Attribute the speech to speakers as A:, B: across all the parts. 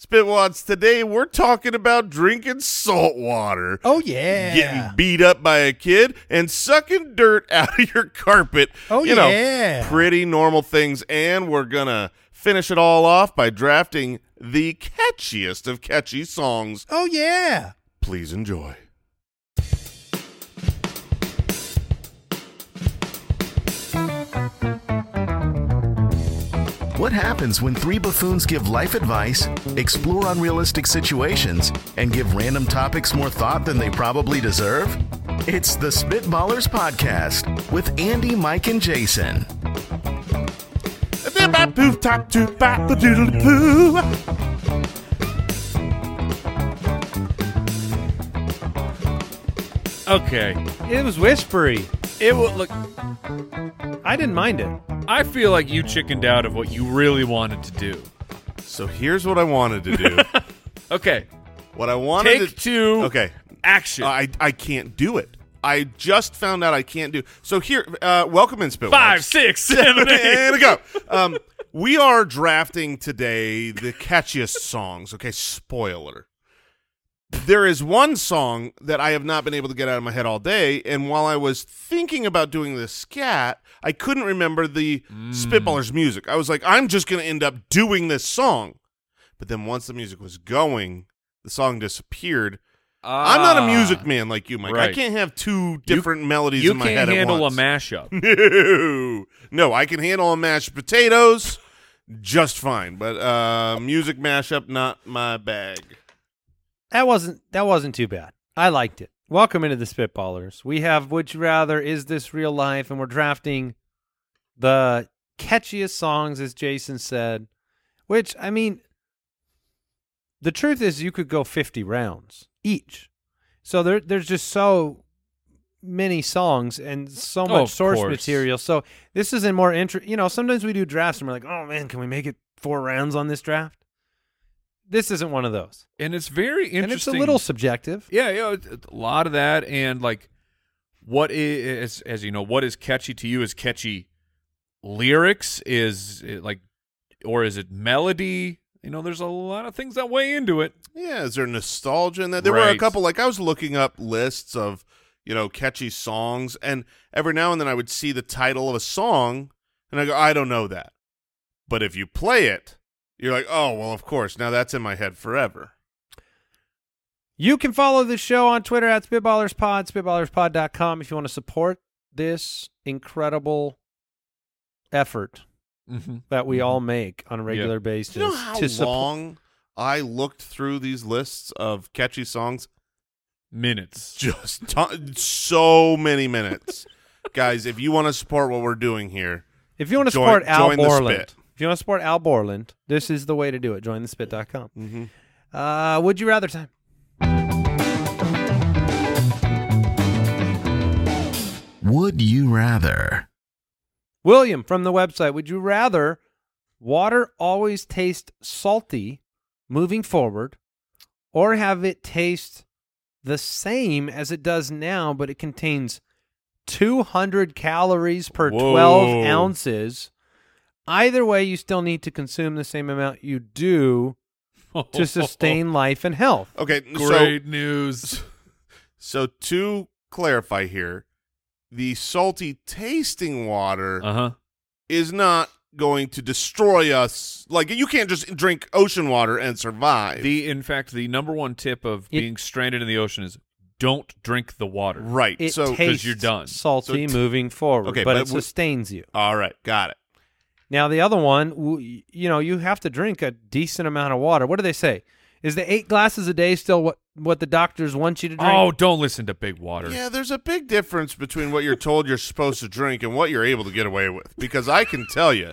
A: Spitwads, today we're talking about drinking salt water,
B: Oh yeah.
A: getting beat up by a kid, and sucking dirt out of your carpet.
B: Oh,
A: you know,
B: yeah.
A: pretty normal things. And we're gonna finish it all off by drafting the catchiest of catchy songs.
B: oh yeah.
A: Please enjoy.
C: What happens when three buffoons give life advice, explore unrealistic situations, and give random topics more thought than they probably deserve? It's the Spitballers Podcast with Andy, Mike, and Jason.
D: Okay.
E: It was whispery.
D: It will look.
E: I didn't mind it.
D: I feel like you chickened out of what you really wanted to do.
A: So here's what I wanted to do.
D: Okay.
A: what I wanted
D: Take
A: to
D: two.
A: Okay.
D: Action.
A: I I can't do it. I just found out I can't do. So here, uh, welcome in Spitwads.
D: Five, six, seven, eight.
A: and go. Um, we are drafting today the catchiest songs. Okay, spoiler. There is one song that I have not been able to get out of my head all day, and while I was thinking about doing the scat, I couldn't remember the
D: Mm.
A: Spitballers music. I was like, I'm just going to end up doing this song. But then once the music was going, the song disappeared. I'm not a music man like you, Mike. I
D: Ah. right.
A: can't have two different melodies
D: You
A: in my
D: can't
A: head
D: handle
A: at once.
D: a mashup.
A: No, no, I can handle a mashed potatoes just fine, but uh, music mashup not my bag.
E: That wasn't that wasn't too bad. I liked it. Welcome into the Spitballers. We have Would You Rather, Is This Real Life? And we're drafting the catchiest songs, as Jason said. Which I mean the truth is you could go fifty rounds each. So there there's just so many songs and so much
D: Oh, of
E: source
D: course.
E: material. So this is a more inter you know, sometimes we do drafts and we're like, Oh man, can we make it four rounds on this draft? This isn't one of those
D: And it's very interesting.
E: and it's a little subjective.
D: Yeah, yeah, it's- it's a lot of that, and like, what is as you know, what is catchy to you is catchy lyrics is it like, or is it melody? You know, there's a lot of things that weigh into it.
A: Yeah, is there nostalgia in that? There were a
D: Right.
A: couple. Like I was looking up lists of you know catchy songs, and every now and then I would see the title of a song, and I go, I don't know that, but if you play it, you're like, oh well, of course. Now that's in my head forever.
E: You can follow the show on Twitter at SpitballersPod, SpitballersPod.com if you want to support this incredible effort
D: Mm-hmm.
E: that we all make on a regular basis.
A: Do you know how
E: to suppo-
A: long I looked through these lists of catchy songs?
D: Minutes.
A: just ton- so many minutes. Guys, if you want to support what we're doing here,
E: if you want to
A: Join-
E: support Al
A: join the
E: Borland,
A: Spit.
E: if you want to support Al Borland, this is the way to do it. Join thespit.com.
A: Mhm.
E: Uh, would you rather time?
C: Would you rather?
E: William from the website, would you rather water always taste salty moving forward or have it taste the same as it does now, but it contains 200 calories per
D: Whoa.
E: 12 ounces? Either way, you still need to consume the same amount you do to sustain life and health.
A: okay,
D: Great news.
A: so so to clarify here, the salty tasting water
D: Uh
E: Uh-huh.
D: huh.
A: is not going to destroy us. Like you can't just drink ocean water and survive.
D: The in fact, the number one tip of
E: It-
D: being stranded in the ocean is don't drink the water.
A: right.
E: It
A: so
D: 'cause
E: tastes
D: you're done.
E: salty
A: So t-
E: moving forward,
A: Okay,
E: but,
A: but
E: it
A: w-
E: sustains you.
A: all right, got it.
E: Now the other one, w- you know, you have to drink a decent amount of water. What do they say? Is the eight glasses a day still what what the doctors want you to drink?
D: Oh, don't listen to Big Water.
A: Yeah, there's a big difference between what you're told you're supposed to drink and what you're able to get away with. Because I can tell you,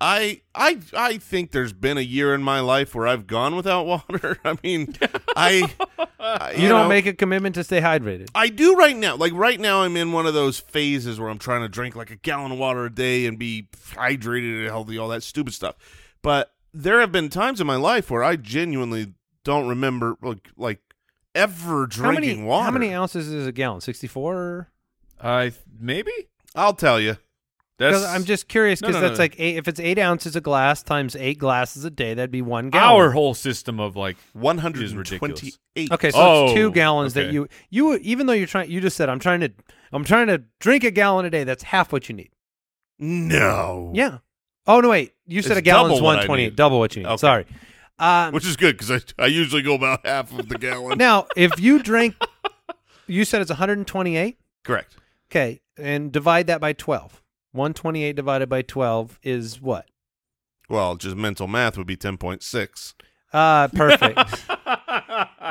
A: I I I think there's been a year in my life where I've gone without water. I mean, I Uh,
E: You, don't
A: know,
E: make a commitment to stay hydrated.
A: I do right now. Like right now, I'm in one of those phases where I'm trying to drink like a gallon of water a day and be hydrated and healthy, all that stupid stuff. But there have been times in my life where I genuinely don't remember like like ever
E: How
A: drinking
E: many
A: water.
E: how many ounces is a gallon? Sixty four.
D: I maybe
A: I'll tell you.
D: that's
E: I'm just curious
D: No,
E: because
D: no, no,
E: that's
D: no.
E: like eight, if it's eight ounces a glass times eight glasses a day, that'd be one gallon.
D: our whole system of like
A: One hundred
D: ridiculous.
A: and twenty-eight.
E: Okay, so it's two
D: Oh,
E: gallons that
D: okay.
E: you you even though you're trying you just said I'm trying to I'm trying to drink a gallon a day. That's half what you need.
A: No.
E: Yeah. Oh no, wait. You said
A: It's
E: a gallon's
A: double what I
E: one twenty.
A: need.
E: Double what you need.
A: Okay.
E: Sorry. Um,
A: Which is good because I, I usually go about half of the gallon.
E: now, if you drink, you said it's 128.
A: Correct.
E: Okay, and divide that by 12. 128 divided by 12 is what?
A: Well, just mental math would be ten point six.
E: Uh, perfect.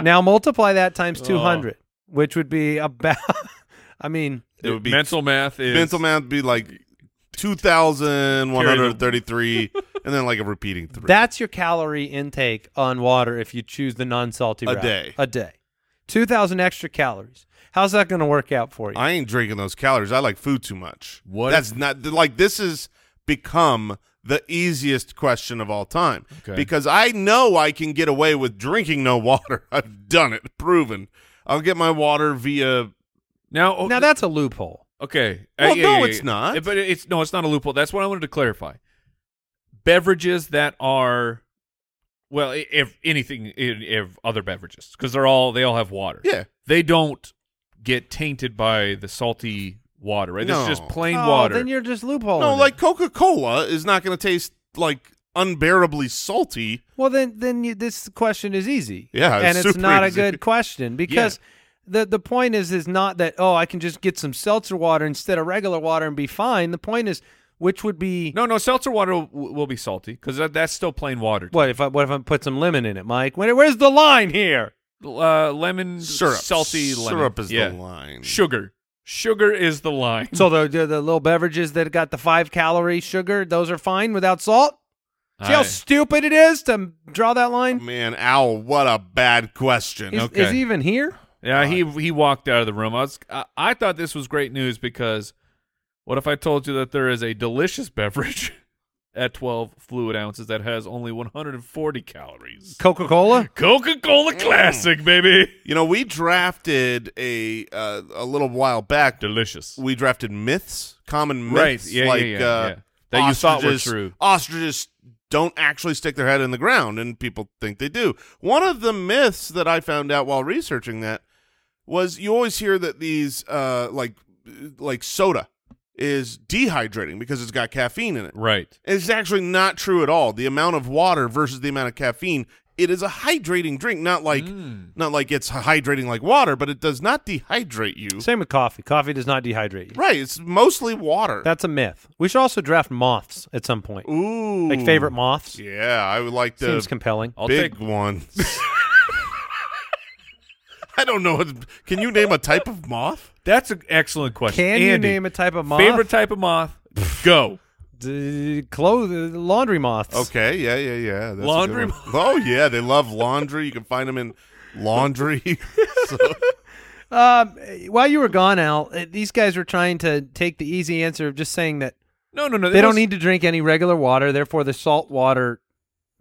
E: now multiply that times
A: Oh.
E: 200, which would be about. I mean,
A: It would be
D: mental math is
A: mental math would be like 2133 and then like a repeating three
E: that's your calorie intake on water if you choose the non-salty
A: A
E: route.
A: day.
E: A day. 2,000 extra calories. How's that going to work out for you?
A: i ain't drinking those calories i like food too much
D: What
A: that's not like this has become the easiest question of all time
D: Okay.
A: because i know i can get away with drinking no water i've done it proven i'll get my water via
D: now. oh,
E: now that's a loophole.
D: okay.
A: Well,
D: Uh, yeah,
A: no,
D: yeah,
A: it's
D: yeah.
A: not.
D: Uh, But it's no, it's not a loophole. That's what I wanted to clarify. Beverages that are, well, i- if anything, i- if other beverages, because they're all they all have water.
A: yeah
D: they don't get tainted by the salty water, right? This is
A: No.
D: just plain
E: Oh,
D: water.
E: Then you're just loopholing.
A: no
E: it.
A: like coca-cola is not going to taste like unbearably salty
E: well, then then you, this question is easy.
A: Yeah, it's
E: and it's
A: super
E: not
A: easy.
E: a good question because the the point is is not that oh I can just get some seltzer water instead of regular water and be fine. The point is which would be
D: no, no, seltzer water will, will be salty because that, that's still plain water.
E: what if I what if I put some lemon in it, Mike? Where, where's the line here?
D: Uh, lemon
A: syrup
D: salty lemon.
A: syrup is
D: yeah.
A: the line
D: Sugar, sugar is the line.
E: So the, the the little beverages that got the five calorie sugar, those are fine without salt. See how
D: I-
E: stupid it is to draw that line.
A: Man, owl, what a bad question.
E: Is,
D: okay.
E: is he even here?
D: Yeah, he he walked out of the room. I was I, I thought this was great news because what if I told you that there is a delicious beverage at 12 fluid ounces that has only 140 calories?
E: Coca Cola.
D: Coca-Cola
A: Mm.
D: Classic, baby.
A: You know, we drafted a uh, a little while back.
D: Delicious.
A: We drafted myths, common myths,
D: Right, yeah, yeah,
A: like
D: yeah,
A: uh,
D: yeah. That you thought were
A: ostriches-
D: true.
A: Ostriches don't actually stick their head in the ground, and people think they do. One of the myths that I found out while researching that was you always hear that these uh, like like soda is dehydrating because it's got caffeine in it.
D: Right.
A: It's actually not true at all. The amount of water versus the amount of caffeine, it is a hydrating drink, not like
D: Mm.
A: not like it's hydrating like water, but it does not dehydrate you.
E: Same with coffee. Coffee does not dehydrate you.
A: Right, it's mostly water.
E: That's a myth. We should also draft moths at some point.
A: Ooh.
E: Like favorite moths.
A: Yeah, I would like the
E: Seems compelling.
D: I'll
A: big
D: take
A: one. I don't know. what- Can you name a type of moth?
D: That's an excellent question.
E: Can you name a type of moth?
D: favorite type of moth? Go.
E: D- clothes, laundry moths.
A: Okay, yeah, yeah, yeah. that's a good
D: Laundry
A: one. Oh yeah, they love laundry. You can find them in laundry.
E: Um, while you were gone, Al, uh, these guys were trying to take the easy answer of just saying that
D: No, no, no.
E: they
D: that
E: don't
D: was-
E: need to drink any regular water. Therefore, the salt water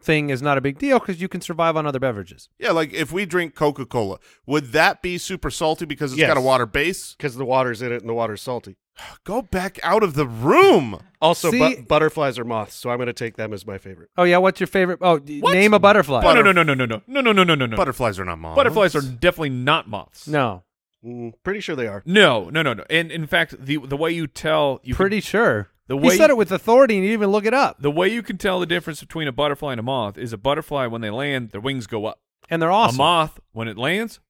E: thing is not a big deal because you can survive on other beverages.
A: Yeah, like if we drink Coca Cola, would that be super salty because it's
B: Yes.
A: got a water base?
B: because the water's in it and the water's salty.
A: Go back out of the room.
B: Also,
E: See-
B: bu- butterflies are moths, so I'm going to take them as my favorite.
E: Oh yeah, what's your favorite? Oh, d-
D: What?
E: name a butterfly.
D: No, no, no, no, no, no. No, no, no, no, no, no.
A: Butterflies are not moths.
D: Butterflies are definitely not moths.
E: no,
B: Mm, pretty sure they are.
D: No, no, no, no. And in fact, the the way you tell you can
E: pretty sure.
D: The
E: he
D: way-
E: said it with authority, and you didn't even look it up.
D: The way you can tell the difference between a butterfly and a moth is a butterfly when they land, their wings go up.
E: And they're awesome.
D: A moth when it lands,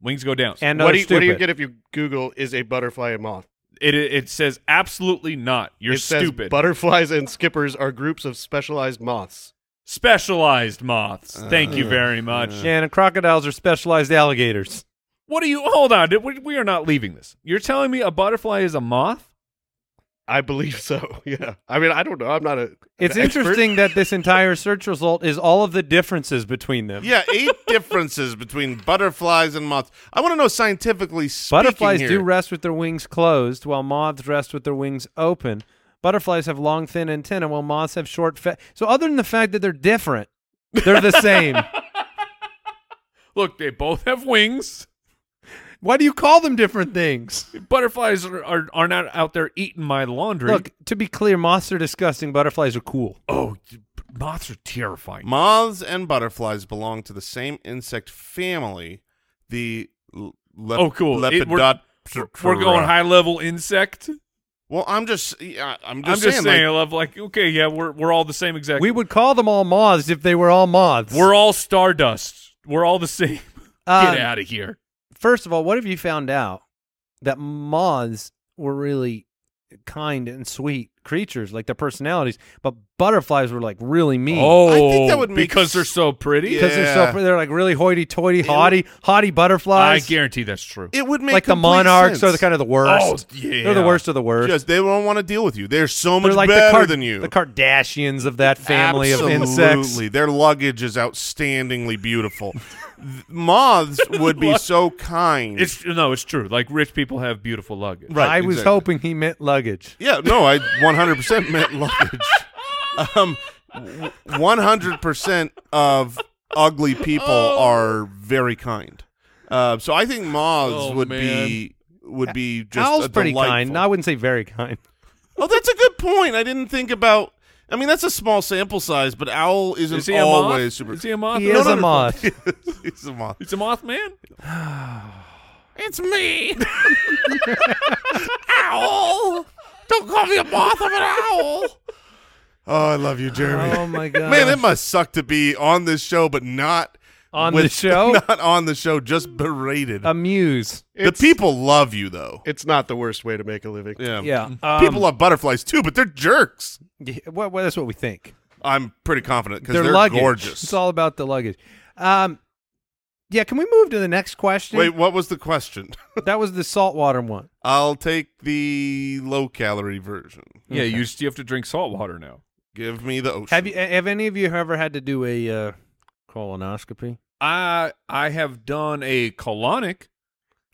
D: wings go down.
E: And they're
B: what, do you, what do you
E: stupid.
B: get if you Google is a butterfly a moth?
D: it it says absolutely not. You're
B: it says
D: stupid.
B: butterflies and skippers are groups of specialized moths.
D: Specialized moths. Thank you very much.
E: And crocodiles are specialized alligators.
D: What are you? Hold on. dude, We, we are not leaving this. You're telling me a butterfly is a moth?
B: I believe so. Yeah. I mean, I don't know. I'm not a.
E: It's
B: an expert.
E: interesting that this entire search result is all of the differences between them.
A: Yeah, eight differences between butterflies and moths. I want to know scientifically speaking
E: Butterflies
A: here.
E: do rest with their wings closed, while moths rest with their wings open. Butterflies have long, thin antennae, while moths have short, fat. So, other than the fact that they're different, they're the same.
D: Look, they both have wings.
E: Why do you call them different things?
D: Butterflies are, are, are not out there eating my laundry.
E: Look, to be clear, moths are disgusting. Butterflies are cool.
D: oh, you- moths are terrifying.
A: Moths and butterflies belong to the same insect family, the l- lep-
D: Oh, cool. It- we're-
A: Lepidoptera.
D: We're- We're going high level insect.
A: Well, I'm just, yeah, I'm
D: I'm
A: just
D: just
A: saying, like,
D: saying, I love like okay, yeah, we're we're all the same exact.
E: We would call them all moths if they were all moths.
D: we're all stardust. We're all the same.
E: Um,
D: Get out of here.
E: First of all, what have you found out that moths were really kind and sweet creatures, like their personalities, but butterflies were like really mean.
D: Oh,
A: I think that would make
D: because
A: s-
D: they're so pretty.
A: Yeah.
E: because they're so they're like really hoity-toity, haughty, haughty
D: I
E: butterflies.
D: guarantee that's true.
A: it would make
E: like the
A: complete
E: monarchs
A: sense.
E: are the kind of the worst.
D: Oh, yeah.
E: They're the worst of the worst.
A: Just they don't want to deal with you. They're so much
E: they're like
A: better
E: the, Kar-
A: than you.
E: the Kardashians of that family
A: Absolutely.
E: of insects.
A: Their luggage is outstandingly beautiful. Th- Moths would be so kind.
D: It's no, it's true. Like rich people have beautiful luggage.
A: Right,
E: I was
A: exactly.
E: hoping he meant luggage.
A: yeah, no, I 100% meant luggage. Um, w- 100% of ugly people are very kind. Uh, so I think moths
D: Oh,
A: would
D: man.
A: be would be just
E: Owl's
A: a
E: pretty
A: delightful.
E: kind. I wouldn't say very kind.
A: Oh, that's a good point. I didn't think about. I mean, that's a small sample size, but owl isn't
D: Is he a moth?
A: always super.
D: Is he a moth?
E: He is a moth.
A: He's a moth.
D: He's a moth man.
A: It's me, owl. Don't call me a moth. I'm an owl. Oh, I love you, Jeremy.
E: Oh my god,
A: Man, it must suck to be on this show, but not
E: On
A: with-
E: the show? Um,
A: Not on the show, just berated.
E: amuse.
A: the
B: It's-
A: people love you, though.
B: It's not the worst way to make a living.
E: Yeah, um,
A: people love butterflies too, but they're jerks.
E: yeah, well, well, that's what we think.
A: I'm pretty confident because
E: Their
A: they're
E: luggage.
A: gorgeous.
E: It's all about the luggage. Um, yeah, can we move to the next question?
A: Wait, what was the question?
E: that was the saltwater one.
A: I'll take the low calorie version.
D: Yeah, you just you have to drink salt water now.
A: Give me the ocean.
E: Have you? Have any of you ever had to do a uh, colonoscopy?
D: I I have done a colonic.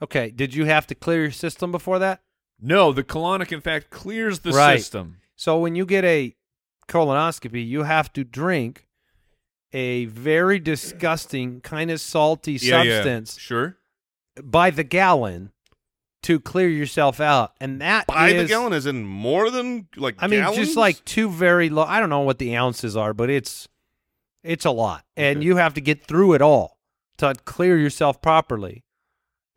E: Okay. Did you have to clear your system before that?
D: No, the colonic in fact clears the
E: Right.
D: system.
E: So when you get a colonoscopy, you have to drink a very disgusting, kind of salty
D: Yeah, yeah.
E: substance
D: Sure.
E: by the gallon to clear yourself out, and that
A: By the
E: is-
A: gallon is in more than like.
E: I mean,
A: gallons?
E: just like two very low. I don't know what the ounces are, but it's it's a lot, and
A: Okay.
E: you have to get through it all to clear yourself properly.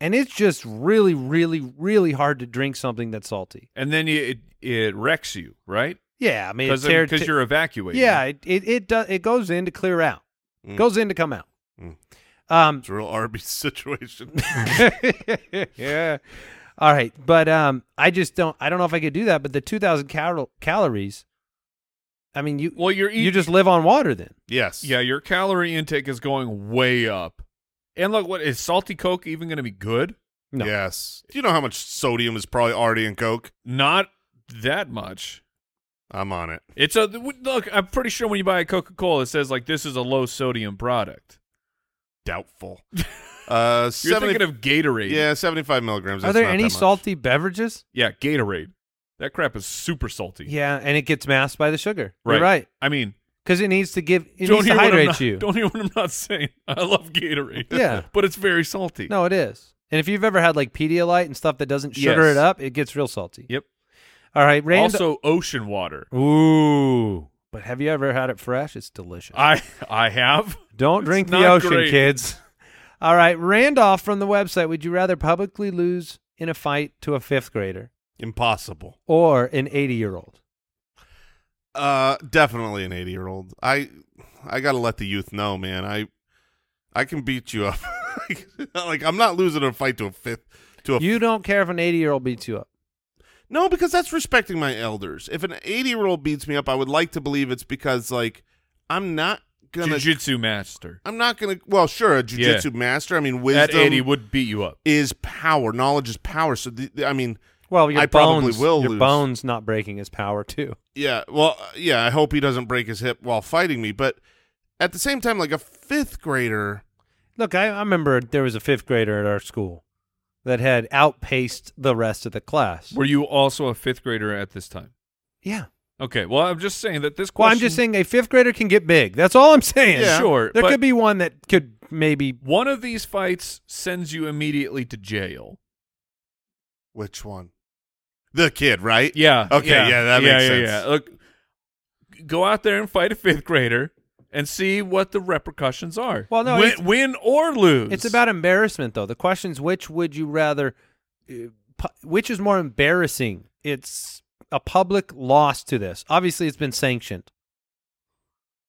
E: And it's just really, really, really hard to drink something that's salty.
D: And then you, it it wrecks you, right?
E: Yeah, I mean, it
D: Because
E: tear-
D: because
E: te-
D: you're evacuating.
E: yeah, it it it, does, it goes in to clear out,
A: Mm.
E: goes in to come out.
A: Mm.
E: Um,
A: It's a real Arby's situation.
E: yeah. All right, but um, I just don't. I don't know if I could do that. But the two thousand cal- calories. I mean, you
D: Well, you're eating.
E: you just live on water then.
A: yes.
D: yeah, your calorie intake is going way up. And look, what is salty Coke even going to be good?
E: No.
A: Yes. Do you know how much sodium is probably already in Coke?
D: Not that much.
A: I'm on it.
D: It's a w- look. I'm pretty sure when you buy a Coca Cola, it says like this is a low sodium product.
A: Doubtful. Uh,
D: You're
A: 70
D: thinking of Gatorade.
A: yeah, 75 milligrams.
E: Are
A: that's
E: there
A: not
E: any
A: that much.
E: salty beverages?
D: yeah, Gatorade. That crap is super salty.
E: Yeah, and it gets masked by the sugar. You're right.
D: I mean,
E: Because it needs to give it
D: don't
E: needs
D: hear
E: to
D: what I'm
E: hydrate
D: not-
E: you.
D: Don't hear what I'm not saying. I love Gatorade.
E: Yeah.
D: but it's very salty.
E: No, it is. And if you've ever had like Pedialyte and stuff that doesn't sugar
D: Yes.
E: it up, it gets real salty.
D: Yep.
E: All right, Rand.
D: Also, ocean water.
E: ooh. But have you ever had it fresh? It's delicious.
D: I I have.
E: Don't
D: It's
E: drink the
D: not
E: ocean,
D: great.
E: kids. All right, Randolph from the website. Would you rather publicly lose in a fight to a fifth grader
A: Impossible.
E: or an eighty-year-old?
A: Uh, definitely an 80 year old. I, I gotta let the youth know, man. I, I can beat you up. like I'm not losing a fight to a fifth to a
E: You don't care if an eighty-year-old beats you up.
A: No, because that's respecting my elders. If an 80 year old beats me up, I would like to believe it's because, like, I'm not gonna.
D: Jiu-Jitsu master.
A: I'm not gonna. Well, sure, a jujitsu master. I mean, wisdom
D: At eighty would beat you up.
A: is power. Knowledge is power. So, the, the- I mean,
E: Well, your
A: I probably
E: bones,
A: will
E: your
A: lose.
E: bones not breaking his power too.
A: Yeah, well, uh, yeah, I hope he doesn't break his hip while fighting me, but at the same time like a 5th grader
E: Look, I, I remember there was a fifth grader at our school that had outpaced the rest of the class.
D: Were you also a fifth grader at this time?
E: yeah.
D: Okay. Well, I'm just saying that this question.
E: Well, I'm just saying a fifth grader can get big. That's all I'm saying.
A: Yeah.
D: Sure,
E: There
D: but-
E: could be one that could maybe.
D: one of these fights sends you immediately to jail.
A: which one? The kid, right?
D: Yeah.
A: Okay, yeah, that makes
D: yeah,
A: sense.
D: Yeah. Look, go out there and fight a fifth grader and see what the repercussions are.
E: Well, no,
D: win,
E: it's-
D: win or lose.
E: It's about embarrassment, though. The question's which would you rather. uh, pu- Which is more embarrassing? It's a public loss to this. Obviously, it's been sanctioned.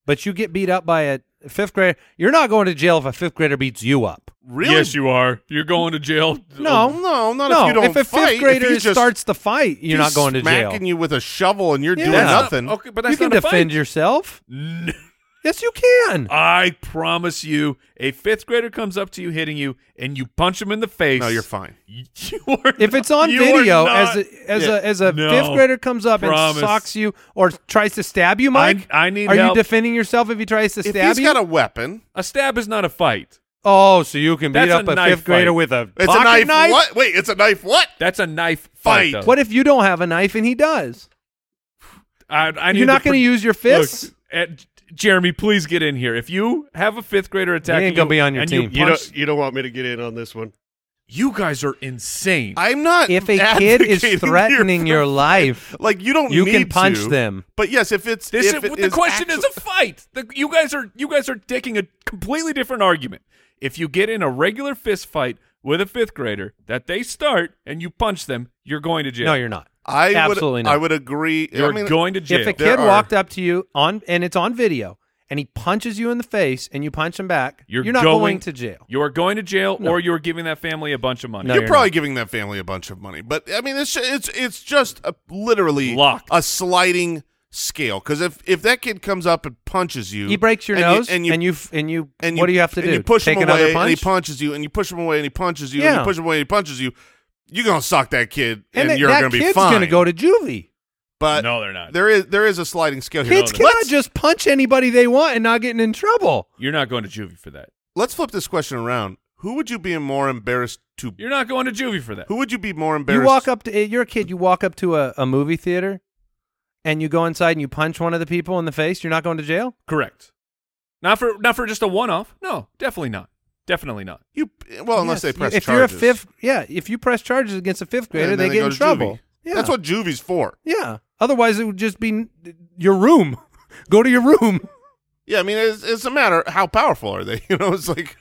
E: But you get beat up by a fifth grader. You're not going to jail if a fifth grader beats you up.
A: Really?
D: Yes, you are. You're going to jail.
E: No.
A: No, not
E: no,
A: if you don't
E: a
A: fight.
E: fifth grader
A: if he just,
E: starts the fight, you're not
A: he's
E: going to jail.
A: Smacking you with a shovel and you're
E: Yeah.
A: doing
E: That's not-
A: nothing.
D: Okay, but that's
E: You can
D: not a fight.
E: defend yourself.
D: N-
E: Yes, you can.
D: I promise you, a fifth grader comes up to you, hitting you, and you punch him in the face.
A: No, you're fine.
D: You are
E: If it's on
D: you are
E: video,
D: not-
E: as a, as
A: Yeah.
E: a as a
D: No.
E: fifth grader comes up
D: Promise.
E: and socks you or tries to stab you, Mike,
D: I need
E: Are
D: help.
E: you defending yourself if he tries to
A: If
E: stab
A: he's
E: you?
A: got a weapon,
D: a stab is not a fight.
E: oh, so you can beat
D: That's a
E: up a,
D: knife
E: fifth grader
D: fight.
E: with a
A: it's
E: pocket
A: a knife, What? Wait, it's a knife. What?
D: That's a knife
A: Fight.
D: fight. though.
E: What if you don't have a knife and he does?
D: I, I need
E: You're not
D: to
E: going to
D: pro-
E: use your fists.
D: Look, at, Jeremy, please get in here. If you have a fifth grader attacking,
E: ain't gonna
D: you
E: be on your
D: and
E: team.
D: You,
B: You
D: punch-
B: don't, you don't want me to get in on this one.
D: you guys are insane.
A: I'm not.
E: if a kid is
A: advocating here
E: threatening
A: for-
E: your life,
A: like you don't
E: you can
A: need
E: punch
A: to,
E: them.
A: But yes, if it's
D: this
A: if
D: is,
A: it
D: the question
A: actu-
D: is a fight. The, you guys are you guys are taking a completely different argument. If you get in a regular fist fight with a fifth grader that they start and you punch them, you're going to jail.
E: No, you're not.
A: I would,
E: Absolutely not.
A: I would agree.
D: You're
A: I mean,
D: going to jail.
E: If a
A: There
E: kid
A: are-
E: walked up to you on and it's on video and he punches you in the face and you punch him back,
D: you're,
E: not
D: going,
E: going, to jail.
D: You are going to jail,
E: No.
D: or you're giving that family a bunch of money.
E: No,
A: you're,
E: you're
A: probably giving that family a bunch of money, but I mean, it's it's it's just a, literally
D: Locked.
A: a sliding scale. Because if if that kid comes up and punches you,
E: He breaks your
A: and
E: nose
A: and
E: and
A: you
E: you and you, f- and you
A: and
E: what do you have to
A: and
E: do?
A: You push
E: Take
A: him
E: another
A: away,
E: punch?
A: and he punches you, and you push him away, and he punches you, and
E: Yeah.
A: you push him away, and he punches you. You're gonna sock that kid,
E: and
A: and,
E: that,
A: you're
E: that
A: gonna be
E: kid's
A: fine.
E: gonna go to juvie.
A: but
D: No, they're not.
A: There is there is a sliding scale here.
E: Kids cannot
A: let's,
E: just punch anybody they want and not getting in trouble.
D: You're not going to juvie for that.
A: let's flip this question around. Who would you be more embarrassed to?
D: You're not going to juvie for that.
A: Who would you be more
E: You
A: embarrassed?
E: walk up to eh, you're a kid, you walk up to a, a movie theater and you go inside and you punch one of the people in the face, you're not going to jail?
D: Correct. Not for not for just a one off. No, definitely not. Definitely not.
A: You well, unless
E: Yes.
A: they press
E: If
A: charges.
E: you're a fifth yeah, if you press charges against a fifth grader,
A: And then
E: they, get
A: go
E: in
A: to
E: trouble.
A: juvie.
E: Yeah.
A: That's what juvie's for.
E: Yeah. Otherwise, it would just be n- your room. Go to your room.
A: Yeah, I mean, it's, it's a matter how powerful are they? You know, it's like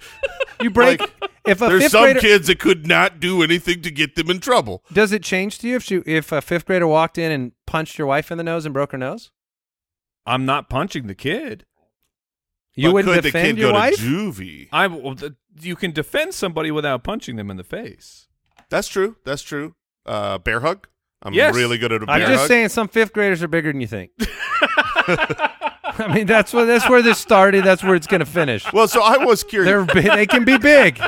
E: You break.
A: Like,
E: if a
A: there's
E: fifth
A: some
E: grader
A: kids that could not do anything to get them in trouble.
E: does it change to you if she, if a fifth grader walked in and punched your wife in the nose and broke her nose?
D: I'm not punching the kid.
E: You
A: but
E: wouldn't
A: could
E: defend
A: the kid
E: your
A: go
E: wife.
A: to juvie?
D: I well, th- you can defend somebody without punching them in the face.
A: That's true. That's true. Uh, bear hug. I'm
D: Yes.
A: really good at a bear
E: I'm
A: hug.
E: just saying, some fifth graders are bigger than you think. I mean, that's where that's where this started. That's where it's going to finish.
A: Well, so I was curious.
E: They're bi- they can be big.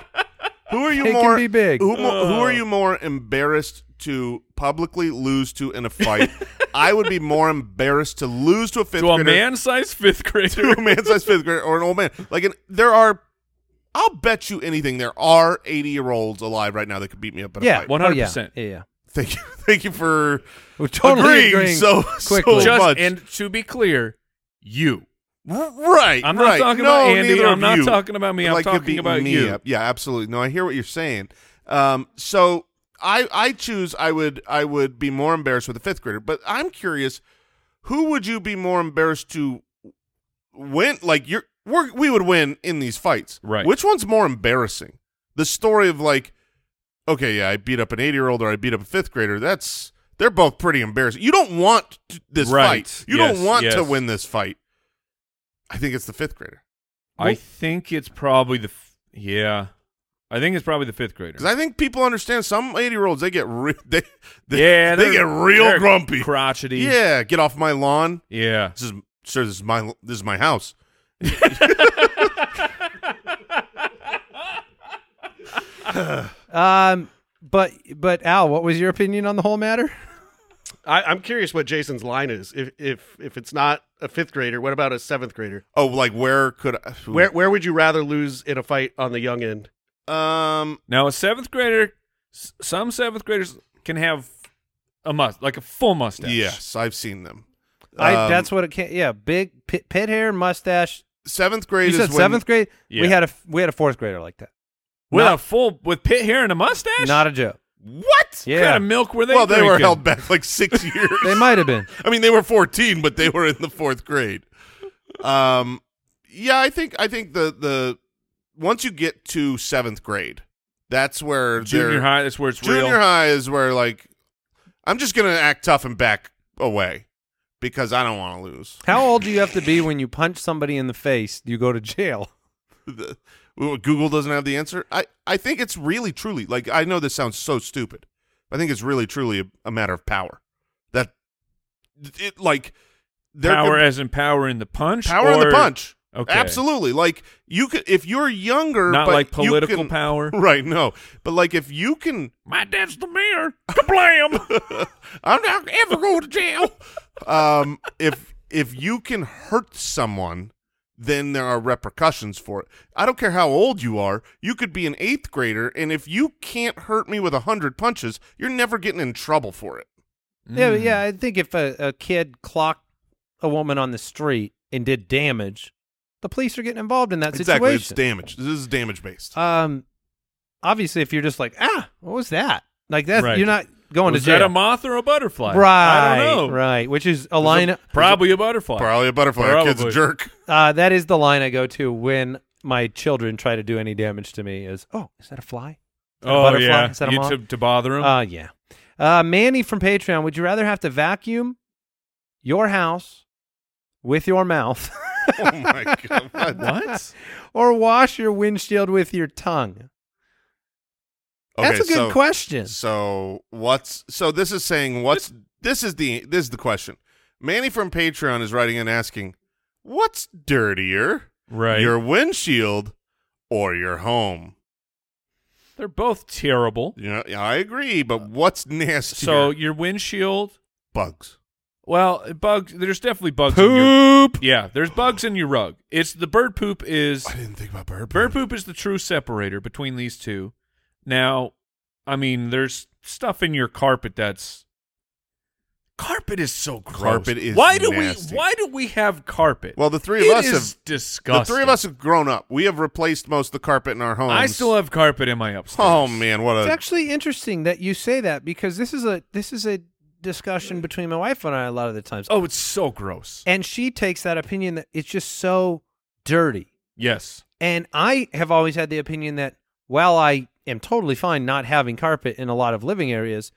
A: who are you
E: they can
A: more?
E: be big.
A: Who, mo- who are you more embarrassed to publicly lose to in a fight? I would be more embarrassed to lose to a fifth
D: to a
A: grader,
D: man-sized fifth
A: to
D: grader.
A: a man-sized fifth grader, or an old man. Like, an, there are. I'll bet you anything. There are eighty-year-olds alive right now that could beat me up in a
E: Yeah,
A: fight.
D: what-
E: Oh, yeah.
D: 100%.
E: Yeah, yeah.
A: Thank you. Thank you for
E: We're totally
A: agreeing,
E: agreeing
A: so
E: quickly.
A: so
D: Just
A: much.
D: and to be clear, you.
A: R- right.
D: I'm not
A: right.
D: talking
A: No,
D: about Andy.
A: neither
D: I'm
A: of
D: not
A: you.
D: talking about me. I'm
A: like you're
D: talking
A: beating
D: about
A: me
D: you.
A: up. Yeah, absolutely. No, I hear what you're saying. Um, so I I choose I would I would be more embarrassed with a fifth grader, but I'm curious, who would you be more embarrassed to win? Like you're we're, we would win in these fights,
D: Right.
A: Which one's more embarrassing? The story of like, okay, yeah, I beat up an eight year old or I beat up a fifth grader. That's they're both pretty embarrassing. You don't want t- this
D: Right.
A: fight. You
D: Yes,
A: don't want to
D: yes.
A: win this fight. I think it's the fifth grader.
D: I think it's probably the f- yeah. I think it's probably the fifth grader.
A: Because I think people understand some eighty year olds they get re- they, they
D: yeah,
A: they
D: they're-
A: get real
D: they're
A: grumpy.
D: crotchety.
A: Yeah, get off my lawn.
D: yeah.
A: This is sir. This is my this is my house.
E: Um, But but Al, what was your opinion on the whole matter?
B: I, I'm curious what Jason's line is. If if if it's not a fifth grader, what about a seventh grader?
A: Oh, like where could I,
B: Where where would you rather lose in a fight on the young end?
A: Um,
D: Now, a seventh grader, s- some seventh graders can have a must, like a full mustache.
A: yes, I've seen them.
E: I,
A: Um,
E: that's what it can. Yeah, big pit, pit hair, mustache.
A: seventh grade
E: You
A: is
E: said
A: when-
E: seventh grade.
D: Yeah.
E: We had a we had a fourth grader like that.
D: with
E: Not-
D: a full with pit hair and a mustache.
E: Not a joke.
A: What?
D: what kind
E: Yeah,
D: of milk were they?
A: well, they were
D: drinking?
A: held back like six years.
E: they might have been.
A: I mean, they were 14, but they were in the fourth grade. Um, yeah, I think I think the the once you get to seventh grade, that's where
D: Junior
A: they're-
D: high. That's where it's
A: Junior
D: real.
A: high is where like I'm just gonna act tough and back away because I don't want to lose.
E: How old do you have to be when you punch somebody in the face? You go to jail.
A: The- Google doesn't have the answer. I I think it's really truly like I know this sounds so stupid. I think it's really truly a, a matter of power. That it like there could-
D: Power as in power in the punch.
A: power in the
D: or-
A: punch.
D: Okay.
A: Absolutely. Like you could if you're younger
D: Not
A: but
D: like
A: you
D: political
A: can-
D: power.
A: Right, no. But like if you can
D: My dad's the mayor. Kablam!
A: I'm not ever going to jail. Um, if if you can hurt someone, then there are repercussions for it. I don't care how old you are. You could be an eighth grader, and if you can't hurt me with a hundred punches, you're never getting in trouble for it.
D: Mm.
E: Yeah, but yeah. I think if a, a kid clocked a woman on the street and did damage, the police are getting involved in that
A: Exactly, it's
E: situation.
A: damage. This is damage based.
E: um, obviously, if you're just like, ah, what was that? Like that,
D: Right.
E: you're not going
D: Was
E: to jail.
D: that a moth or a butterfly?
E: right,
D: I don't know.
E: right. Which is a line.
D: Probably a butterfly.
A: Probably a butterfly. That kid's a
D: Probably.
A: jerk.
E: uh, that is the line I go to when my children try to do any damage to me. Is oh, is that a fly? Is that a
D: Oh
E: butterfly?
D: yeah.
E: Is that a
D: You
E: moth?
D: to, to bother him.
E: Uh, yeah. Uh, Manny from Patreon, would you rather have to vacuum your house with your mouth
A: Oh my god! What?
D: what?
E: or wash your windshield with your tongue? That's a
A: Okay,
E: good
A: so-
E: question.
A: So what's so this is saying what's this is the this is the question. Manny from Patreon is writing and asking, "What's dirtier,
D: Right.
A: your windshield or your home?"
D: They're both terrible.
A: Yeah, yeah, I agree, but what's nastier?
D: Uh, So your windshield.
A: bugs.
D: Well, bugs. There's definitely bugs. In your,
E: Poop.
D: yeah, there's bugs in your rug. It's the bird poop is
A: I didn't think about bird.
D: bird poop is the true separator between these two. Now, I mean, there's stuff in your carpet that's carpet is so gross.
A: Carpet is
D: why do
A: nasty.
D: we why do we have carpet?
A: Well, the three of
D: It
A: us
D: is
A: have
D: disgusting.
A: the three of us have grown up. We have replaced most of the carpet in our homes.
D: I still have carpet in my upstairs.
A: Oh man, what
E: It's
A: a
E: actually interesting that you say that because this is a this is a discussion between my wife and I a lot of the times.
D: Oh, it's so gross.
E: And she takes that opinion that it's just so dirty.
D: Yes.
E: And I have always had the opinion that while I am totally fine not having carpet in a lot of living areas,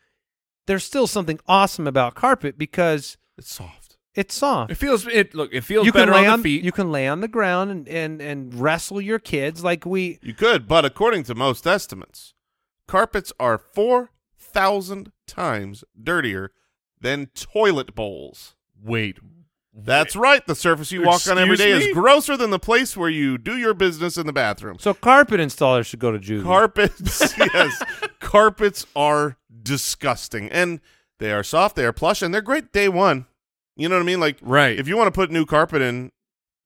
E: there's still something awesome about carpet because
A: it's soft.
E: it's soft.
D: It feels it look, it feels
E: you can
D: better
E: lay
D: on, the feet.
E: you can lay on the ground and, and, and wrestle your kids like we
A: You could, but according to most estimates, carpets are 4,000 times dirtier than toilet bowls.
D: Wait.
A: That's right. The surface you walk on every day
D: Excuse
A: is
D: me?
A: grosser than the place where you do your business in the bathroom.
E: so carpet installers should go to juvie.
A: Carpets, yes. Carpets are disgusting. And they are soft, they are plush, and they're great day one. You know what I mean? Like,
D: Right.
A: if you want to put new carpet in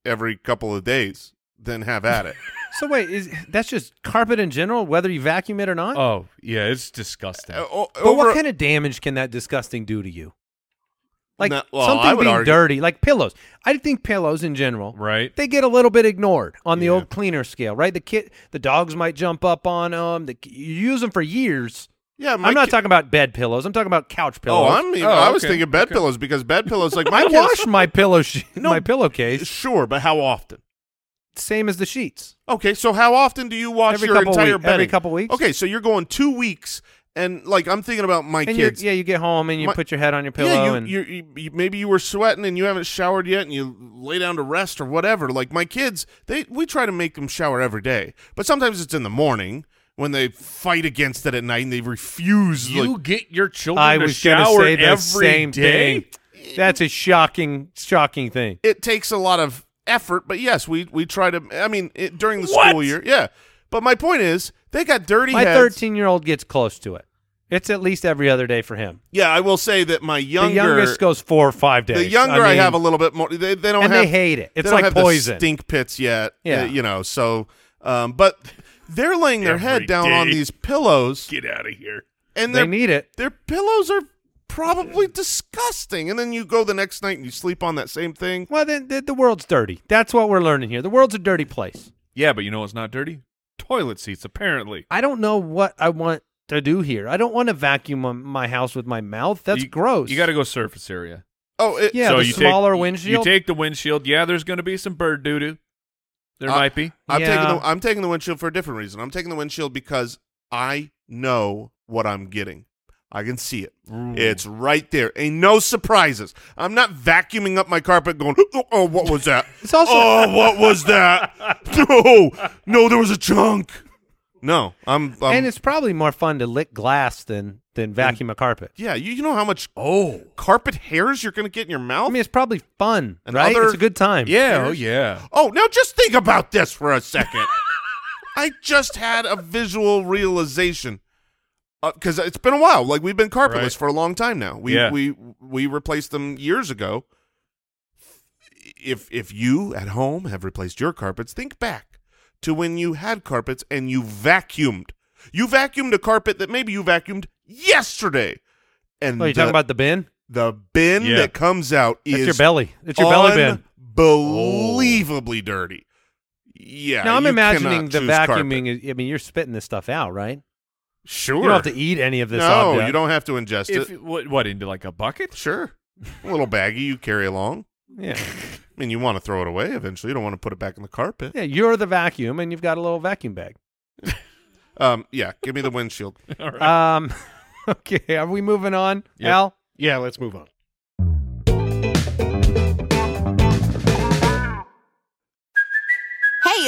A: every couple of days, then have at it.
E: so wait, is that's just carpet in general, whether you vacuum it or not?
D: Oh, yeah, it's disgusting.
A: Uh, o-
E: but what
A: over-
E: kind of damage can that disgusting do to you? Like
A: No, well, I
E: something
A: would
E: being
A: argue-
E: dirty, like pillows. I think pillows in general
D: right?
E: they get a little bit ignored on the
A: Yeah.
E: old cleaner scale, right? The kid, the dogs might jump up on them. The, you use them for years.
A: yeah, my
E: I'm not
A: ki-
E: talking about bed pillows. I'm talking about couch
A: Oh,
E: pillows.
A: I mean,
D: Oh,
A: I was
D: okay,
A: thinking bed pillows because bed pillows, like my
E: I
A: kids-
E: wash my pillow she- my pillowcase,
A: Sure, but how often?
E: same as the sheets.
A: Okay, so how often do you wash
E: Every
A: your
E: couple
A: entire
E: week-
A: bedding?
E: every couple weeks.
A: Okay, so you're going two weeks, and like I'm thinking about my
E: and you
A: kids.
E: yeah, you get home and you
A: My-
E: put your head on your pillow
A: Yeah, you,
E: and
A: you, you, you, maybe you were sweating and you haven't showered yet, and you lay down to rest or whatever. Like my kids, they we try to make them shower every day, but sometimes it's in the morning when they fight against it at night and they refuse.
D: You
A: like,
D: get your children
E: I
D: to
E: was gonna
D: shower
E: say the
D: every
E: same
D: day?
E: thing. That's a shocking, shocking thing.
A: it takes a lot of effort, but yes, we we try to. I mean, it, during the
D: What?
A: school year, yeah. But my point is, they got dirty
E: My
A: heads.
E: 13 year old gets close to it. It's at least every other day for him.
A: Yeah, I will say that my younger
E: the youngest goes four or five days.
A: the younger I,
E: mean,
A: have a little bit more. They, they don't
E: and
A: have
E: they hate it. It's
A: they don't
E: like
A: have
E: poison.
A: The stink pits yet.
E: Yeah.
A: uh, you know. So, um, but they're laying their head
B: Every
A: down on
B: day.
A: these pillows,
B: Get out of here.
A: and
E: They
A: their
E: need it.
A: their pillows are probably disgusting. And then you go the next night and you sleep on that same thing.
E: Well, then the, the world's dirty. That's what we're learning here. The world's a dirty place.
D: Yeah, but you know it's not dirty. Toilet seats, apparently.
E: I don't know what I want to do here. I don't want to vacuum m- my house with my mouth. That's
D: You-
E: gross.
D: You got to go surface area.
A: Oh, it,
E: Yeah,
D: so
E: the
D: you
E: smaller
D: take,
E: windshield.
D: You take the windshield. Yeah, there's going to be some bird doo doo. There
A: Uh,
D: might be.
A: I'm
E: Yeah.
A: taking the, I'm taking the windshield for a different reason. I'm taking the windshield because I know what I'm getting. I can see it. It's right there. Ain't no surprises. I'm not vacuuming up my carpet going, oh, oh, what was that?
E: It's also-
A: oh, what was that? No, no, there was a chunk. No, I'm. I'm
E: and it's probably more fun to lick glass than than vacuum a carpet.
A: yeah, you, you know how much oh carpet hairs you're going to get in your
E: I
A: mouth?
E: mean, it's probably fun,
A: And
E: right?
A: other-
E: it's a good time.
D: Yeah, oh yeah.
A: Oh, now just think about this for a second. I just had a visual realization because it's been a while. Like we've been carpetless
D: Right.
A: for a long time now. We
D: Yeah.
A: we we replaced them years ago. If if you at home have replaced your carpets, think back to when you had carpets and you vacuumed. You vacuumed a carpet that maybe you vacuumed yesterday, and
E: Oh, you
A: the,
E: talking about the bin?
A: the bin
D: Yeah.
A: that comes out
E: That's
A: is
E: your belly. It's your belly bin.
A: Unbelievably dirty. Yeah.
E: Now I'm
A: you
E: imagining
A: cannot
E: the
A: choose
E: vacuuming.
A: carpet.
E: Is, I mean, you're spitting this stuff out, right?
A: Sure.
E: You don't have to eat any of this.
A: no,
E: object.
A: you don't have to ingest
D: If,
A: it.
D: what, what into like a bucket?
A: Sure. A little baggie you carry along.
E: Yeah.
A: I mean, you want to throw it away eventually. You don't want to put it back in the carpet.
E: yeah, you're the vacuum, and you've got a little vacuum bag.
A: Um, yeah. Give me the windshield.
E: Um, okay, are we moving on, Al?
B: Yeah, let's move on.
F: Hey,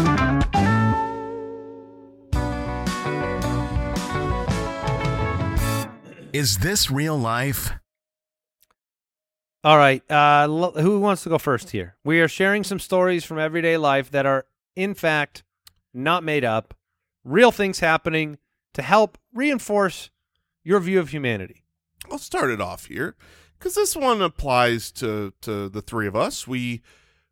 C: Is this real life?
E: All right. Uh, l- who wants to go first here? We are sharing some stories from everyday life that are, in fact, not made up, real things happening to help reinforce your view of humanity.
A: I'll start it off here because this one applies to to the three of us. We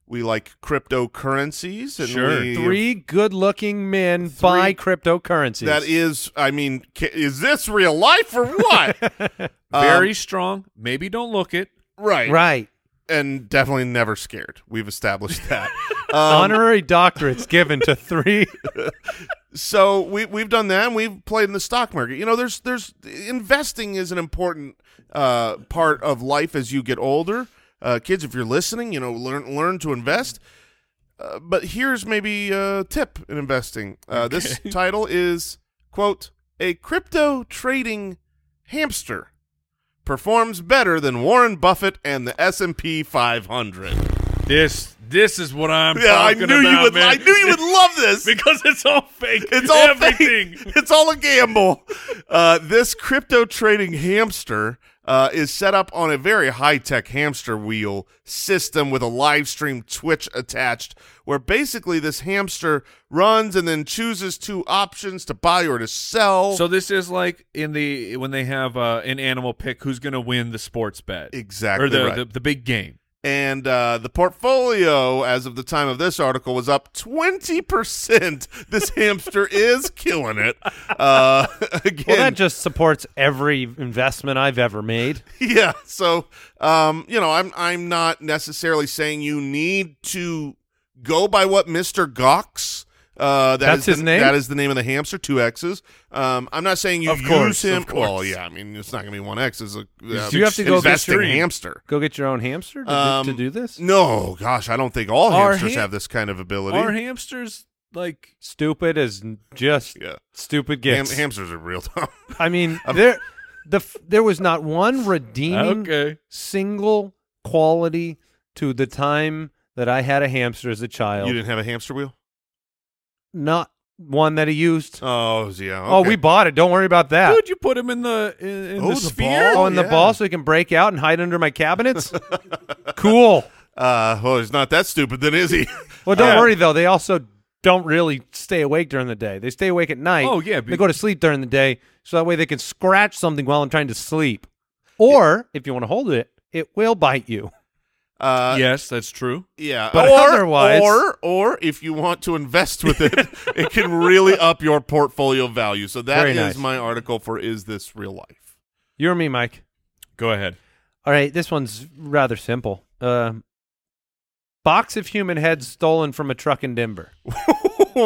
A: we like cryptocurrencies and
D: Sure.
A: we-
E: Three good-looking men buy cryptocurrencies.
A: That is, I mean, ca- is this real life or what? Um,
D: Very strong. Maybe don't look it.
A: right,
E: right.
A: and definitely never scared. We've established that. Um,
E: Honorary doctorates given to three.
A: so we we've done that. and We've played in the stock market. You know, there's there's investing is an important uh, part of life as you get older. Uh, kids, if you're listening, you know, learn learn to invest. Uh, but here's maybe a tip in investing. Uh, This title is quote a crypto trading hamster performs better than Warren Buffett and the S and P 500.
D: This this is what I'm
A: Yeah, I
D: talking
A: knew you
D: about,
A: would.
D: man.
A: I knew you would love this.
D: because it's all fake.
A: It's all
D: everything.
A: fake. It's all a gamble. Uh, this crypto trading hamster uh, is set up on a very high tech hamster wheel system with a live stream Twitch attached, where basically this hamster runs and then chooses two options to buy or to sell.
D: So this is like in the when they have uh, an animal pick who's going to win the sports bet
A: Exactly
D: or the,
A: right.
D: the the big game.
A: And uh, the portfolio, as of the time of this article, was up 20%. This hamster is killing it. Uh, again,
E: Well, that just supports every investment I've ever made.
A: yeah. So, um, you know, I'm I'm not necessarily saying you need to go by what Mister Gox. Uh, that
E: That's
A: is the-
E: his name?
A: That is the name of the hamster. Two X's. Um, I'm not saying you
E: Of
A: use
E: course,
A: him.
E: of course.
A: Well, yeah. I mean, it's not going to be one X. It's a uh,
E: Do you have to go get
A: investing
E: your-
A: hamster.
E: Go get your own hamster to,
A: Um,
E: to do this.
A: No, gosh, I don't think all
D: Our
A: hamsters
D: ham-
A: have this kind of ability.
D: Are hamsters like
E: Stupid is n- just
A: yeah,
E: stupid
A: ham-
E: gets.
A: hamsters are real dumb.
E: I mean, there, the f- there was not one redeeming
D: okay?
E: single quality to the time that I had a hamster as a child.
A: you didn't have a hamster wheel?
E: Not one that he used.
A: Oh, yeah.
E: Oh,
A: okay.
E: we bought it. Don't worry about that.
D: Dude, you put him in the in, in
A: Oh,
D: the,
A: the
D: sphere.
A: ball?
E: oh, and the
A: yeah.
E: ball so he can break out and hide under my cabinets. cool.
A: Uh, well, he's not that stupid, then, is he?
E: Well, don't
A: Uh,
E: worry though. They also don't really stay awake during the day. They stay awake at night.
D: Oh, yeah,
E: They
D: be-
E: go to sleep during the day, so that way they can scratch something while I'm trying to sleep. Or if you want to hold it, it will bite you.
A: Uh,
D: yes, that's true.
A: Yeah,
E: But
A: or,
E: otherwise-
A: or or if you want to invest with it, it can really up your portfolio value. So that
E: Very
A: is
E: nice.
A: my article for "Is This Real Life?"
E: You or me, Mike?
D: Go ahead.
E: All right, this one's rather simple. Um box of human heads stolen from a truck in Denver.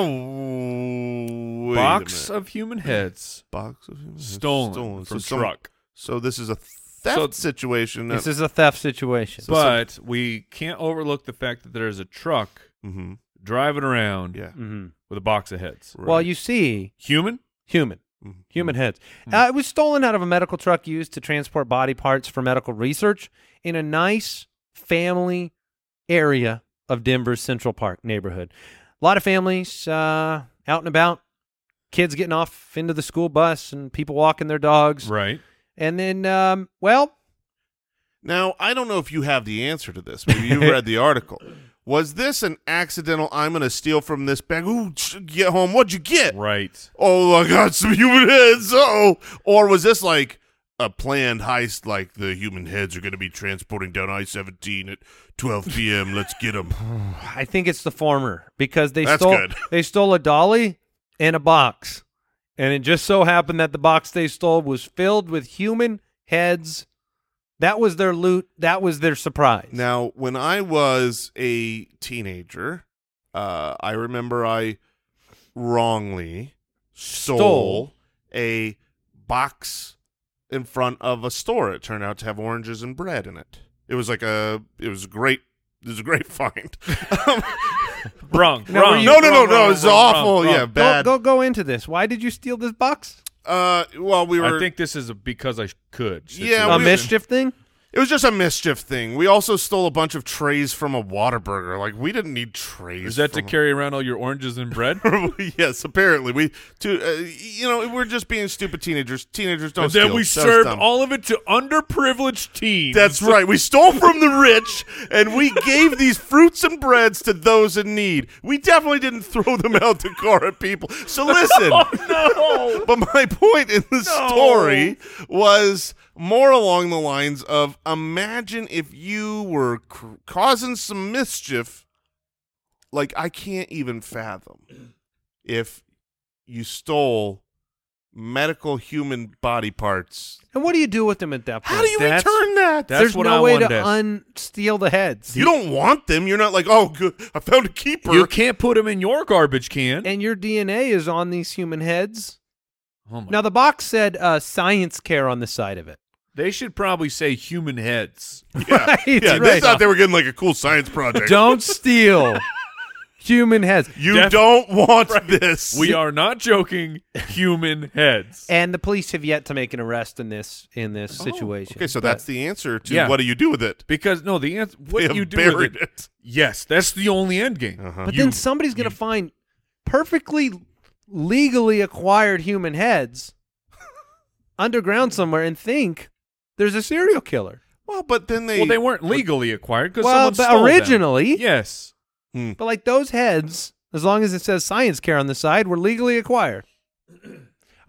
A: Wait a
D: Box
A: minute.
D: of human heads
A: box of human heads
D: stolen,
A: So
D: from
A: some-
D: truck,
A: So this is a theft
D: So-
A: situation.
E: This is a theft situation.
A: So-
D: but we can't overlook the fact that there is a truck
A: Mhm.
D: driving around
A: yeah.
E: Mhm.
D: with a box of heads.
E: Well,
A: right.
E: you see,
D: Human?
E: Human.
D: Mm-hmm.
A: Mhm.
E: Human heads. Uh, it was stolen out of a medical truck used to transport body parts for medical research in a nice family area of Denver's Central Park neighborhood. A lot of families uh, out and about, kids getting off into the school bus, and people walking their dogs.
D: Right.
E: And then, um, well,
A: Now I don't know if you have the answer to this. Maybe you read the article. Was this an accidental? I'm going to steal from this bag. Ooh, sh- get home. What'd you get?
D: Right.
A: oh my god, some human heads. Oh, or was this like a planned heist? Like the human heads are going to be transporting down I seventeen at twelve p.m. Let's get them.
E: I think it's the former because they
A: That's
E: stole
A: good.
E: they stole a dolly and a box, and it just so happened that the box they stole was filled with human heads. That was their loot. That was their surprise.
A: Now, when I was a teenager, uh, I remember I wrongly stole,
E: Stole.
A: a box in front of a store. It turned out to have oranges and bread in it. It was like a. It was a great. It was a great find.
D: Wrong.
E: Now, were
D: wrong.
E: you-
A: no, no, no,
D: Wrong,
A: no.
D: wrong,
A: It's
D: wrong,
A: awful.
D: wrong, wrong.
A: yeah,
E: go,
A: bad.
E: go go into this. Why did you steal this box?
A: Uh, well, we were.
D: I think this is a because I sh- could.
A: Yeah,
D: situation.
E: a
A: we-
E: mischief thing.
A: it was just a mischief thing. We also stole a bunch of trays from a Waterburger. Like we didn't need trays.
D: Is that to
A: from a-
D: carry around all your oranges and bread?
A: yes, apparently we. To uh, you know, we're just being stupid teenagers. Teenagers don't.
D: and then
A: steal.
D: we
A: That was
D: served
A: dumb.
D: all of it to underprivileged teens.
A: That's right. We stole from the rich, and we gave these fruits and breads to those in need. We definitely didn't throw them out the car at people. So listen.
D: no.
A: But my point in the story was more along the lines of imagine if you were cr- causing some mischief. Like, I can't even fathom if you stole medical human body parts.
E: And what do you do with them at that point?
A: How do you
D: That's-
A: return that?
D: that's
E: There's
D: what
E: no
D: I
E: way
D: wanted
E: to
D: to ask.
E: unsteal the heads.
A: you don't want them. You're not like, oh, good, I found a keeper.
D: You can't put them in your garbage can.
E: and your DNA is on these human heads.
D: oh my
E: Now the box said uh, "science care" on the side of it.
D: They should probably say human heads.
A: yeah,
E: Right,
A: yeah. They
E: right.
A: thought they were getting like a cool science project.
E: Don't steal human heads.
A: you
D: Def-
A: don't want this.
D: We are not joking. Human heads.
E: And the police have yet to make an arrest in this in this situation.
A: Oh. Okay, so
E: But-
A: that's the answer to
D: Yeah.
A: what do you do with it?
D: Because no, the answer.
A: They
D: What
A: have
D: you do
A: buried
D: with it? Yes, that's the only end game.
A: Uh-huh.
E: But
D: You-
E: then somebody's going to find perfectly legally acquired human heads underground somewhere and think there's a serial killer.
A: Well, but then they.
D: well, they weren't legally acquired because
E: Well,
D: someone
E: but
D: stole them.
E: originally,
D: Yes.
A: Hmm.
E: but like those heads, as long as it says science care on the side, were legally acquired. All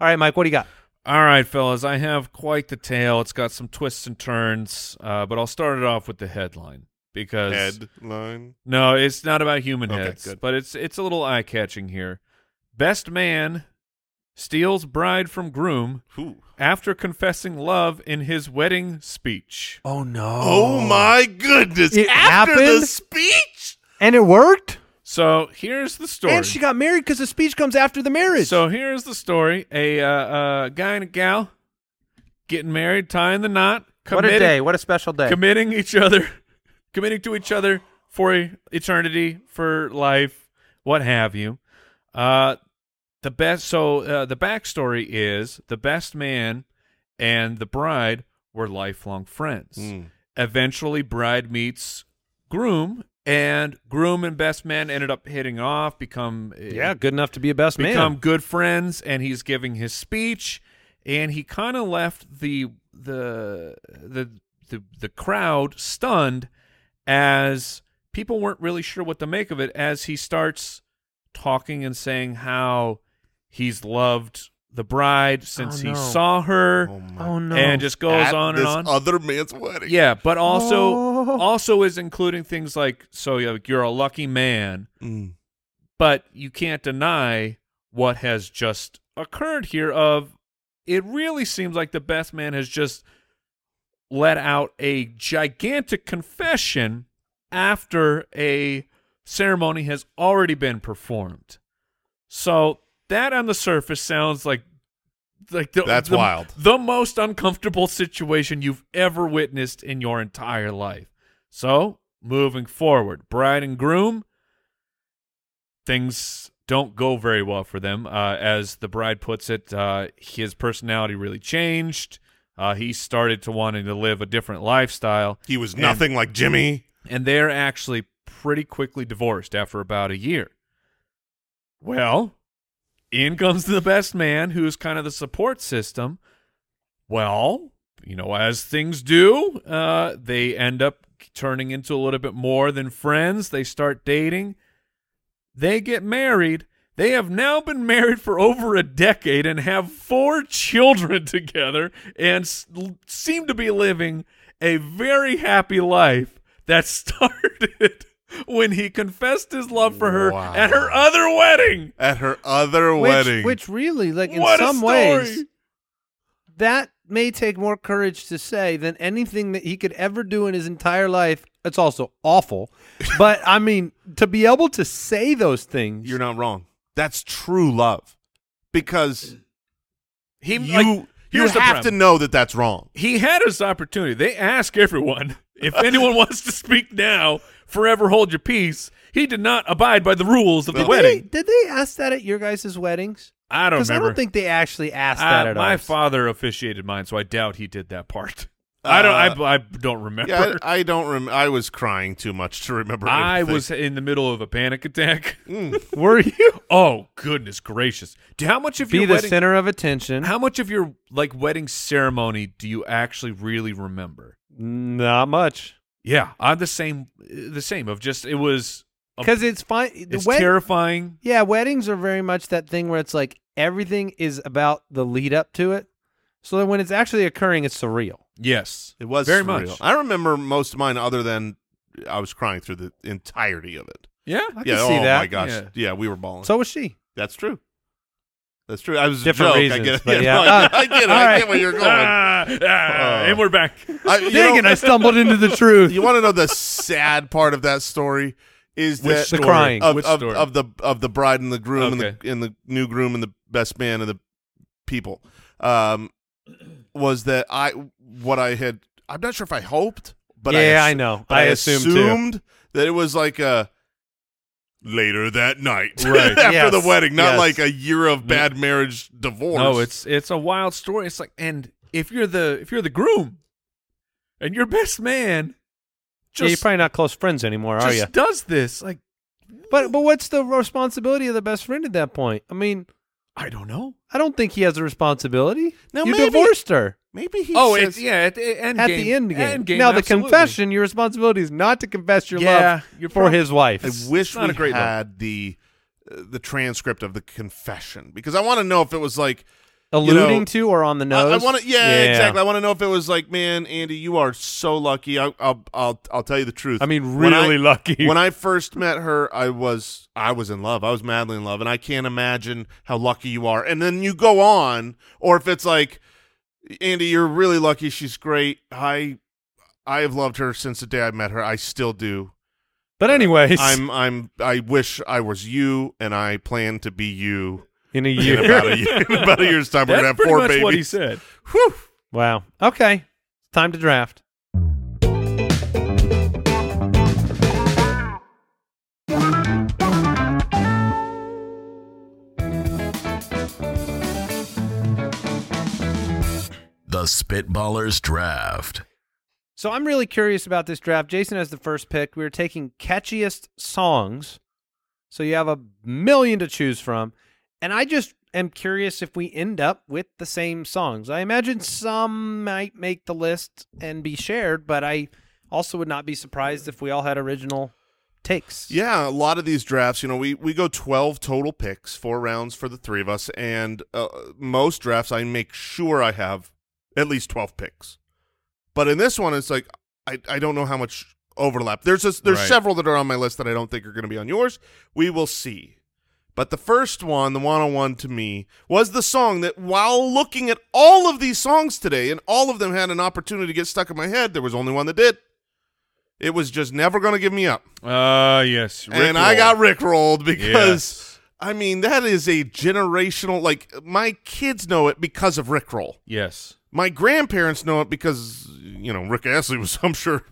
E: right, Mike, what do you got?
D: All right, fellas, I have quite the tale. It's got some twists and turns, uh, but I'll start it off with the headline. because
A: Headline.
D: no, it's not about human
A: Okay,
D: heads,
A: good.
D: but it's it's a little eye catching here. Best man steals bride from groom
A: Who?
D: after confessing love in his wedding speech.
E: Oh no!
A: Oh, my goodness!
E: It
A: After the
E: happened?
A: speech,
E: And it worked.
D: So here's the story.
E: And she got married because the speech comes after the marriage.
D: So here's the story: a uh, uh, guy and a gal getting married, tying the knot,
E: what
D: committing,
E: a day! What a special day!
D: committing each other, committing to each other for e, eternity, for life, what have you. Uh, the best. So uh, the backstory is the best man and the bride were lifelong friends. Eventually, bride meets groom. And groom and best man ended up hitting off, become uh,
E: yeah, good enough to be a best
D: become
E: man.
D: good friends and he's giving his speech and he kind of left the the the the the crowd stunned as people weren't really sure what to make of it as he starts talking and saying how he's loved the bride since
E: Oh, no.
D: he saw her
E: Oh no!
D: and just goes
A: At
D: on and
A: this
D: on
A: Other man's wedding.
D: yeah, but also
E: Oh.
D: also is including things like so you're- you're a lucky man,
A: Mm.
D: but you can't deny what has just occurred here. Of it really seems like the best man has just let out a gigantic confession after a ceremony has already been performed. So that on the surface sounds like like the,
A: That's
D: the-
A: wild.
D: The most uncomfortable situation you've ever witnessed in your entire life. So moving forward, bride and groom, things don't go very well for them. Uh, as the bride puts it, uh, his personality really changed. Uh, he started to wanting to live a different lifestyle
A: He was nothing like Jimmy.
D: and they're actually pretty quickly divorced after about a year. Well, in comes the best man, who's kind of the support system. Well, you know, as things do, uh, they end up turning into a little bit more than friends. They start dating, they get married. They have now been married for over a decade and have four children together and s- l- seem to be living a very happy life that started when he confessed his love for her
A: Wow.
D: at her other wedding.
A: At her other
E: which,
A: wedding.
E: which really, like in
D: What a
E: some
D: story.
E: ways, that may take more courage to say than anything that he could ever do in his entire life. It's also awful, but I mean, to be able to say those things,
A: You're not wrong. That's true love, because
D: He
A: you
D: like,
A: you
D: here's the
A: have to
D: problem.
A: know that that's wrong.
D: he had his opportunity. They ask everyone if anyone wants to speak now, forever hold your peace. He did not abide by the rules of the
A: Did
E: Did
D: wedding.
E: They, did they ask that at your guys' weddings?
D: I don't
E: Because I
D: remember.
E: don't think they actually asked
D: Uh,
E: that at
D: my
E: ours.
D: father officiated mine, so I doubt he did that part. I don't.
E: Uh,
D: I, I don't remember.
A: Yeah, I, I don't. Rem- I was crying too much to remember.
D: I
A: anything.
D: was in the middle of a panic attack.
E: Were you
D: Oh goodness gracious! Do how much of
E: be
D: your
E: the
D: wedding?
E: center of attention?
D: How much of your like wedding ceremony do you actually really remember?
E: Not much,
D: Yeah, I'm the same. The same of just it was. a-
E: because it's fine. The
D: it's
E: wed-
D: terrifying.
E: Yeah, weddings are very much that thing where it's like everything is about the lead up to it. So that when it's actually occurring, it's surreal.
D: Yes,
A: It was
D: very
A: surreal.
D: much.
A: I remember most of mine, other than I was crying through the entirety of it.
D: yeah,
E: I
A: yeah.
E: can see
A: oh
E: that.
A: my gosh. Yeah.
D: Yeah.
A: we were balling.
E: So was she.
A: That's true. That's true. I was
E: Different
A: a joke. I
E: reasons,
A: get it.
E: but
A: no,
E: yeah.
A: I, I get it.
E: All
A: I
E: right.
A: get where you're going.
D: Ah, ah,
A: Uh,
D: and we're back.
A: I, you
E: Dang it,
A: know-
E: Oh. I stumbled into the truth.
A: you want to know the sad part of that story is
D: Which
A: that
D: story?
E: The crying.
A: of,
D: Which
A: of,
D: story?
A: of the of the bride and the groom and,
D: Okay.
A: the, and the new groom and the best man and the people um, was that I what I had I'm not sure if I hoped but
E: yeah, I,
A: I, assu-
E: know.
A: but
E: I, assume too.
A: assumed that it was like a later that night
D: Right.
A: after
E: Yes.
A: the wedding not
E: Yes.
A: like a year of bad marriage divorce
D: No, it's it's a wild story. It's like and if you're the if you're the groom and your best man
E: yeah, you're
D: just,
E: probably not close friends anymore, are
D: just
E: you?
D: does this, like
E: But but what's the responsibility of the best friend at that point? I mean,
D: I don't know.
E: I don't think he has a responsibility.
A: Now,
E: you
A: maybe-
E: divorced her
A: maybe he
D: oh,
A: says-
D: it's yeah, at the end
E: at
D: game,
E: the end game.
D: game,
E: now the
D: absolutely.
E: confession, your responsibility is not to confess your
D: Yeah,
E: love
D: you're
E: for
D: prob-
E: his wife.
A: I
D: It's
A: wish
D: not
A: we
D: a great look.
A: had the uh, the transcript of the confession because I want to know if it was like
E: alluding
A: you know,
E: to or on the
A: I-
E: nose?
A: I, want to. Yeah, exactly. I want to know if it was like, man, Andy, you are so lucky. I, I'll, I'll, I'll tell you the truth.
E: I mean,
A: When I-
E: really lucky.
A: When I first met her, I was, I was in love. I was madly in love, and I can't imagine how lucky you are. And then you go on, or if it's like, Andy, you're really lucky. She's great. I, I have loved her since the day I met her. I still do.
E: but anyways,
A: I'm, I'm, I wish I was you, and I plan to be you.
E: in a
A: In
E: year.
A: about a year, in about a year's time, we're
D: That's
A: gonna have
D: pretty
A: four
D: much
A: babies.
D: what he said.
A: Whew.
E: wow. Okay. Time to draft.
C: The Spitballers Draft.
E: So I'm really curious about this draft. Jason has the first pick. We are taking catchiest songs. So you have a million to choose from. And I just am curious if we end up with the same songs. I imagine some might make the list and be shared, but I also would not be surprised if we all had original takes.
A: Yeah, a lot of these drafts, you know, we we go 12 total picks, four rounds for the three of us, and uh, most drafts I make sure I have at least 12 picks. But in this one it's like I I don't know how much overlap. There's a, there's
D: Right.
A: several that are on my list that I don't think are going to be on yours. We will see. But the first one, the 101 to me, was the song that while looking at all of these songs today and all of them had an opportunity to get stuck in my head, there was only one that did. It was just never going to give me up
D: Ah, yes.
A: and I got rickrolled because
D: Yes.
A: I mean that is a generational. Like my kids know it because of rickroll.
D: Yes.
A: My grandparents know it because you know Rick Astley was, I'm sure,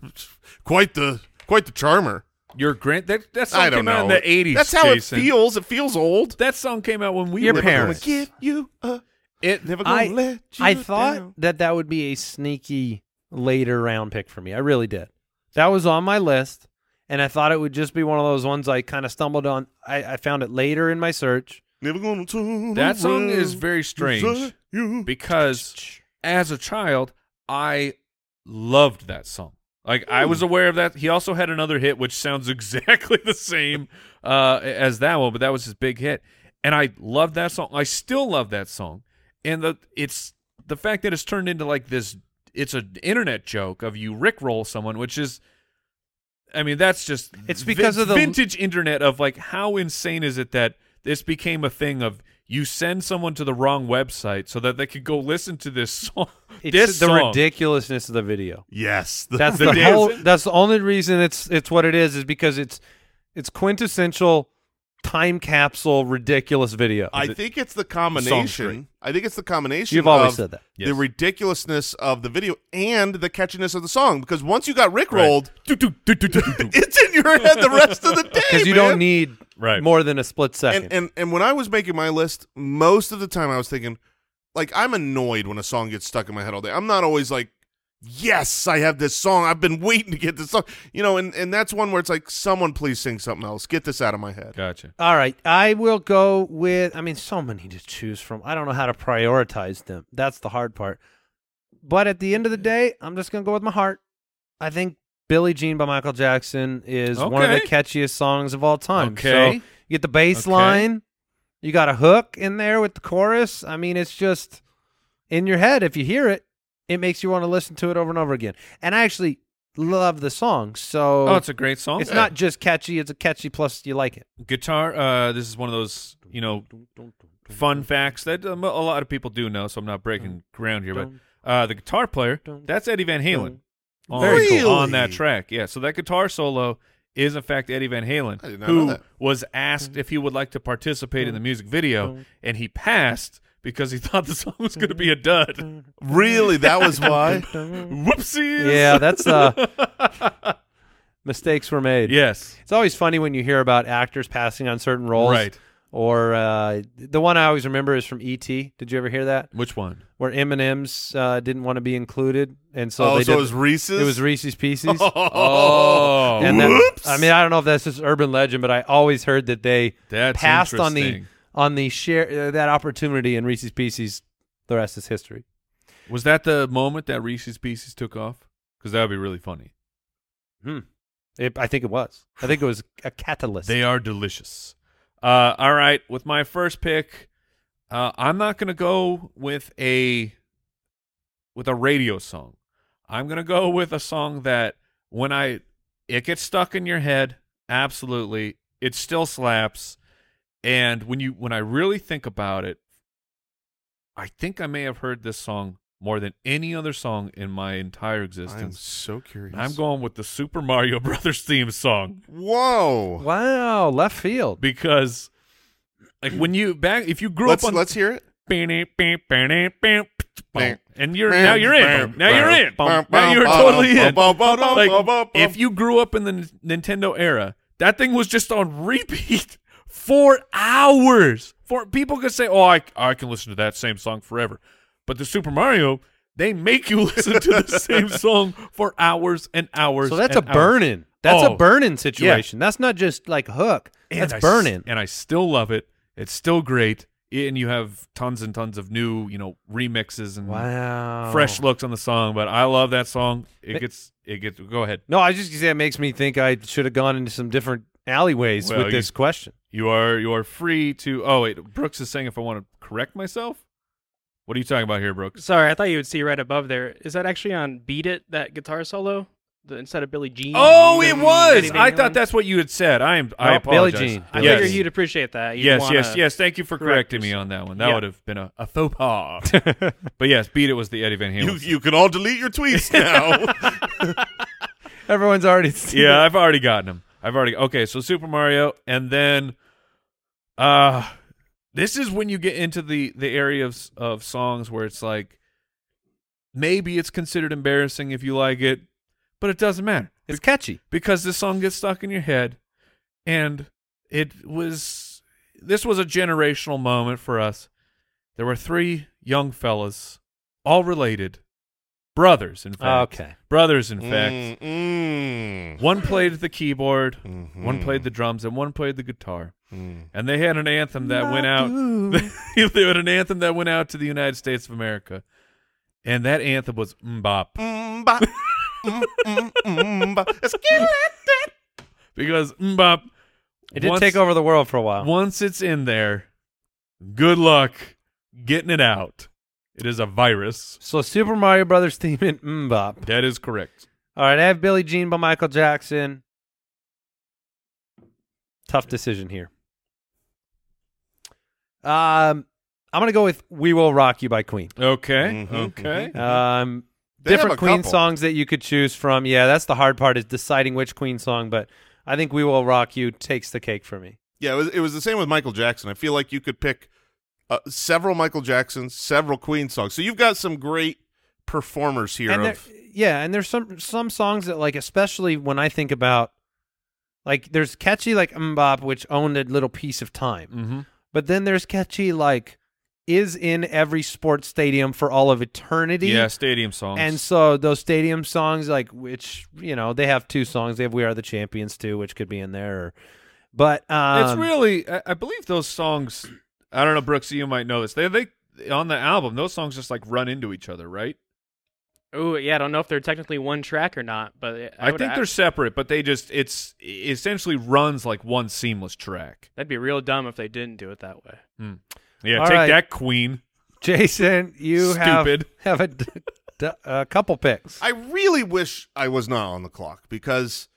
A: quite the quite the charmer.
D: Your grand that that song
A: I don't
D: came out
A: know
D: in the eighties.
A: That's how
D: Jason.
A: it feels. It feels old.
D: That song came out when we
E: Your
D: were
E: parents.
D: kids.
A: Give you a
D: It
A: never gonna
E: I,
A: let you.
E: I thought
A: down.
E: that that would be a sneaky later round pick for me. I really did. That was on my list, and I thought it would just be one of those ones I kind of stumbled on. I, I found it later in my search.
A: never gonna turn
D: that song is
A: around.
D: very strange
E: Mm-hmm.
A: You-
D: because as a child I loved that song. Like I
E: Mm.
D: was aware of that. He also had another hit which sounds exactly the same uh, as that one, but that was his big hit, and I loved that song. I still love that song, and the it's the fact that it's turned into like this. It's an internet joke of you rickroll someone, which is. I mean, that's just
E: It's because of the-
D: vintage internet of like how insane is it that this became a thing of you send someone to the wrong website so that they could go listen to this song.
E: It's
D: this
E: the
D: song.
E: ridiculousness of the video.
A: Yes,
E: That's the,
A: dance.
E: whole. That's the only reason it's it's what it is is because it's it's quintessential time capsule ridiculous video.
A: I think it's the combination. I think it's the combination.
E: You've always
A: of
E: said that.
D: Yes.
A: The ridiculousness of the video and the catchiness of the song, because once you got rickrolled, it's in your head the rest of the day.
E: because you
A: man.
E: don't need
D: Right.
E: more than a split second.
A: And, and and when I was making my list, most of the time I was thinking, like, I'm annoyed when a song gets stuck in my head all day. I'm not always like, yes, I have this song. I've been waiting to get this song. You know, and and that's one where it's like, someone please sing something else. Get this out of my head.
D: Gotcha.
E: All right, I will go with. I mean, so many to choose from. I don't know how to prioritize them. That's the hard part. But at the end of the day, I'm just gonna go with my heart. I think "Billie Jean" by Michael Jackson is one of the
D: Okay.
E: catchiest songs of all time.
D: Okay.
E: so you get the bass
D: Okay.
E: line, you got a hook in there with the chorus. I mean, it's just in your head. If you hear it, it makes you want to listen to it over and over again. And I actually love the song, so
D: Oh, it's a great song.
E: it's not just catchy. It's a catchy plus you like it.
D: guitar. Uh, this is one of those you know fun facts that um, a lot of people do know. So I'm not
A: Mm.
D: breaking ground here, but uh, the guitar player that's Eddie Van Halen on,
A: Very cool.
D: on that
A: Really?
D: track. Yeah, so that guitar solo is in fact Eddie Van Halen,
A: I did not know
D: who
A: that.
D: was asked if he would like to participate in the music video, and he passed because he thought the song was going to be a dud.
A: Really, that was why.
D: Whoopsies.
E: Yeah, that's uh mistakes were made.
D: yes.
E: It's always funny when you hear about actors passing on certain roles.
D: Right.
E: Or uh, the one I always remember is from E.T. Did you ever hear that?
D: Which one?
E: Where M&M's uh, didn't want to be included and so
A: oh,
E: they
A: so
E: did
A: it was Reese's.
E: it was Reese's Pieces.
D: Oh,
E: and that,
A: whoops.
E: I mean, I don't know if that's just urban legend, but I always heard that they
D: That's
E: passed on the
D: interesting.
E: on the share uh, that opportunity in Reese's Pieces. The rest is history.
D: Was that the moment that Reese's Pieces took off? Because that would be really funny.
E: It, I think it was. I think it was a catalyst.
D: They are delicious. Uh, all right, with my first pick, uh, Uh, I'm not gonna go with a with a radio song. I'm gonna go with a song that when I it gets stuck in your head, absolutely, it still slaps. And when you when I really think about it, I think I may have heard this song more than any other song in my entire
A: I'm
D: existence.
A: so curious.
D: I'm going with the Super Mario Brothers theme song
A: Whoa.
E: Wow, left field.
D: because like when you back if you grew
A: Let's
D: up on
A: let's hear it.
D: and you're now you're in now you're in now you're totally in like if you grew up in the N- Nintendo era that thing was just on repeat for hours for people could say oh I, I can listen to that same song forever but the Super Mario they make you listen to the same song for hours and hours
E: So that's a
D: and hours.
E: burning. That's
D: Oh.
E: a burning situation. That's not just like hook.
D: And
E: That's
D: I s-
E: burning.
D: and I still love it. It's still great, and you have tons and tons of new, you know, remixes and
E: Wow.
D: fresh looks on the song. But I love that song. It
E: It-
D: gets, it gets. Go ahead.
E: No, I was just gonna say it makes me think I should have gone into some different alleyways
D: Well,
E: with
D: you-
E: this question.
D: You are, you are free to. Oh wait, Brooks is saying if I want to correct myself. What are you talking about here, Brooks?
G: Sorry, I thought you would see right above there. Is that actually on "Beat It" that guitar solo the, instead of Billie Jean?
D: Oh, it
G: and
D: was.
G: Eddie Van
D: I
G: Halen?
D: thought that's what you had said. I am. I
E: No, Billie
D: apologize.
E: Jean.
G: I
D: Oh, yes.
G: figured you'd appreciate that. You'd
D: yes,
G: wanna-
D: yes, yes. Thank you for
G: correct
D: correcting me
G: yourself.
D: on that one. That
G: Yeah.
D: would have been a, a faux pas. but yes, beat it was the Eddie Van Halen.
A: You
D: song.
A: you can all delete your tweets now.
E: Everyone's already seen
D: yeah, I've already gotten him. I've already okay. So Super Mario, and then, uh, this is when you get into the the area of s- of songs where it's like, maybe it's considered embarrassing if you like it, but it doesn't matter
E: It's catchy.
D: because this song gets stuck in your head, and it was this was a generational moment for us. There were three young fellas, all related, brothers. In fact,
E: Okay.
D: brothers. In
A: Mm,
D: fact,
A: mm.
D: one played the keyboard, one
A: Mhm.
D: played the drums, and one played the guitar.
A: Mm.
D: And they had an anthem that went out. they had an anthem that went out to the United States of America, and that anthem was "Mbop"
A: Mm-ba. Mm, mm, mm-ba. Let's get it.
D: because "Mbop."
E: It did
D: once-
E: take over the world for a while.
D: Once it's in there, good luck getting it out. It is a virus.
E: So Super Mario Brothers theme in Mbop.
D: That is correct.
E: All right, I have Billie Jean by Michael Jackson. Tough decision here. Um, I'm gonna go with "We Will Rock You" by Queen.
D: Okay.
A: Mhm,
D: Okay.
E: Um,
A: They have
E: different
A: a
E: Queen
A: couple.
E: songs that you could choose from. Yeah, that's the hard part is deciding which Queen song, but I think "We Will Rock You" takes the cake for me.
A: Yeah, it was, it was the same with Michael Jackson. I feel like you could pick uh, several Michael Jacksons, several Queen songs. So you've got some great performers here.
E: And there,
A: of,
E: yeah, and there's some some songs that like, especially when I think about, like, there's catchy like "Mbop," which owned a little piece of time.
A: Mm.
D: Mm-hmm.
E: But then there's catchy like is in every sports stadium for all of eternity.
D: Yeah. Stadium songs.
E: And so those stadium songs, like which you know they have two songs. They have "We Are the Champions" too, which could be in there. Or, but um,
D: it's really I, I believe those songs i don't know brooks you might know this they they on the album those songs just like run into each other right
G: Ooh, yeah. I don't know if they're technically one track or not, but I,
D: i,
G: would-
D: think they're separate but they just it's it essentially runs like one seamless track
G: That'd be real dumb if they didn't do it that way.
D: yeah
E: All
D: take
E: right.
D: that queen
E: Jason, you
D: Stupid.
E: have have a, d- d- a couple picks.
A: I really wish I was not on the clock because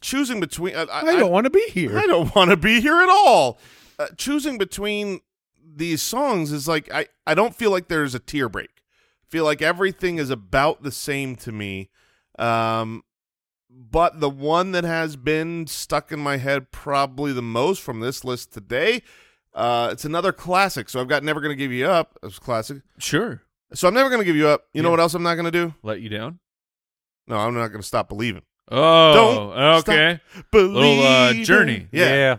A: choosing between I, I,
E: want to be here.
A: I don't want to be here at all. Uh, choosing between these songs is like I I don't feel like there's a tear break. I feel like everything is about the same to me. Um but the one that has been stuck in my head probably the most from this list today, uh, it's another classic. So I've got Never Gonna Give You Up. It's classic.
D: sure
A: So I'm never gonna give you up. You know
D: Yeah.
A: what else I'm not gonna do?
D: let you down
A: No, I'm not gonna stop believing.
D: oh
A: Don't
D: okay
A: Believe
D: Oh, uh, Journey.
A: Yeah.
E: yeah.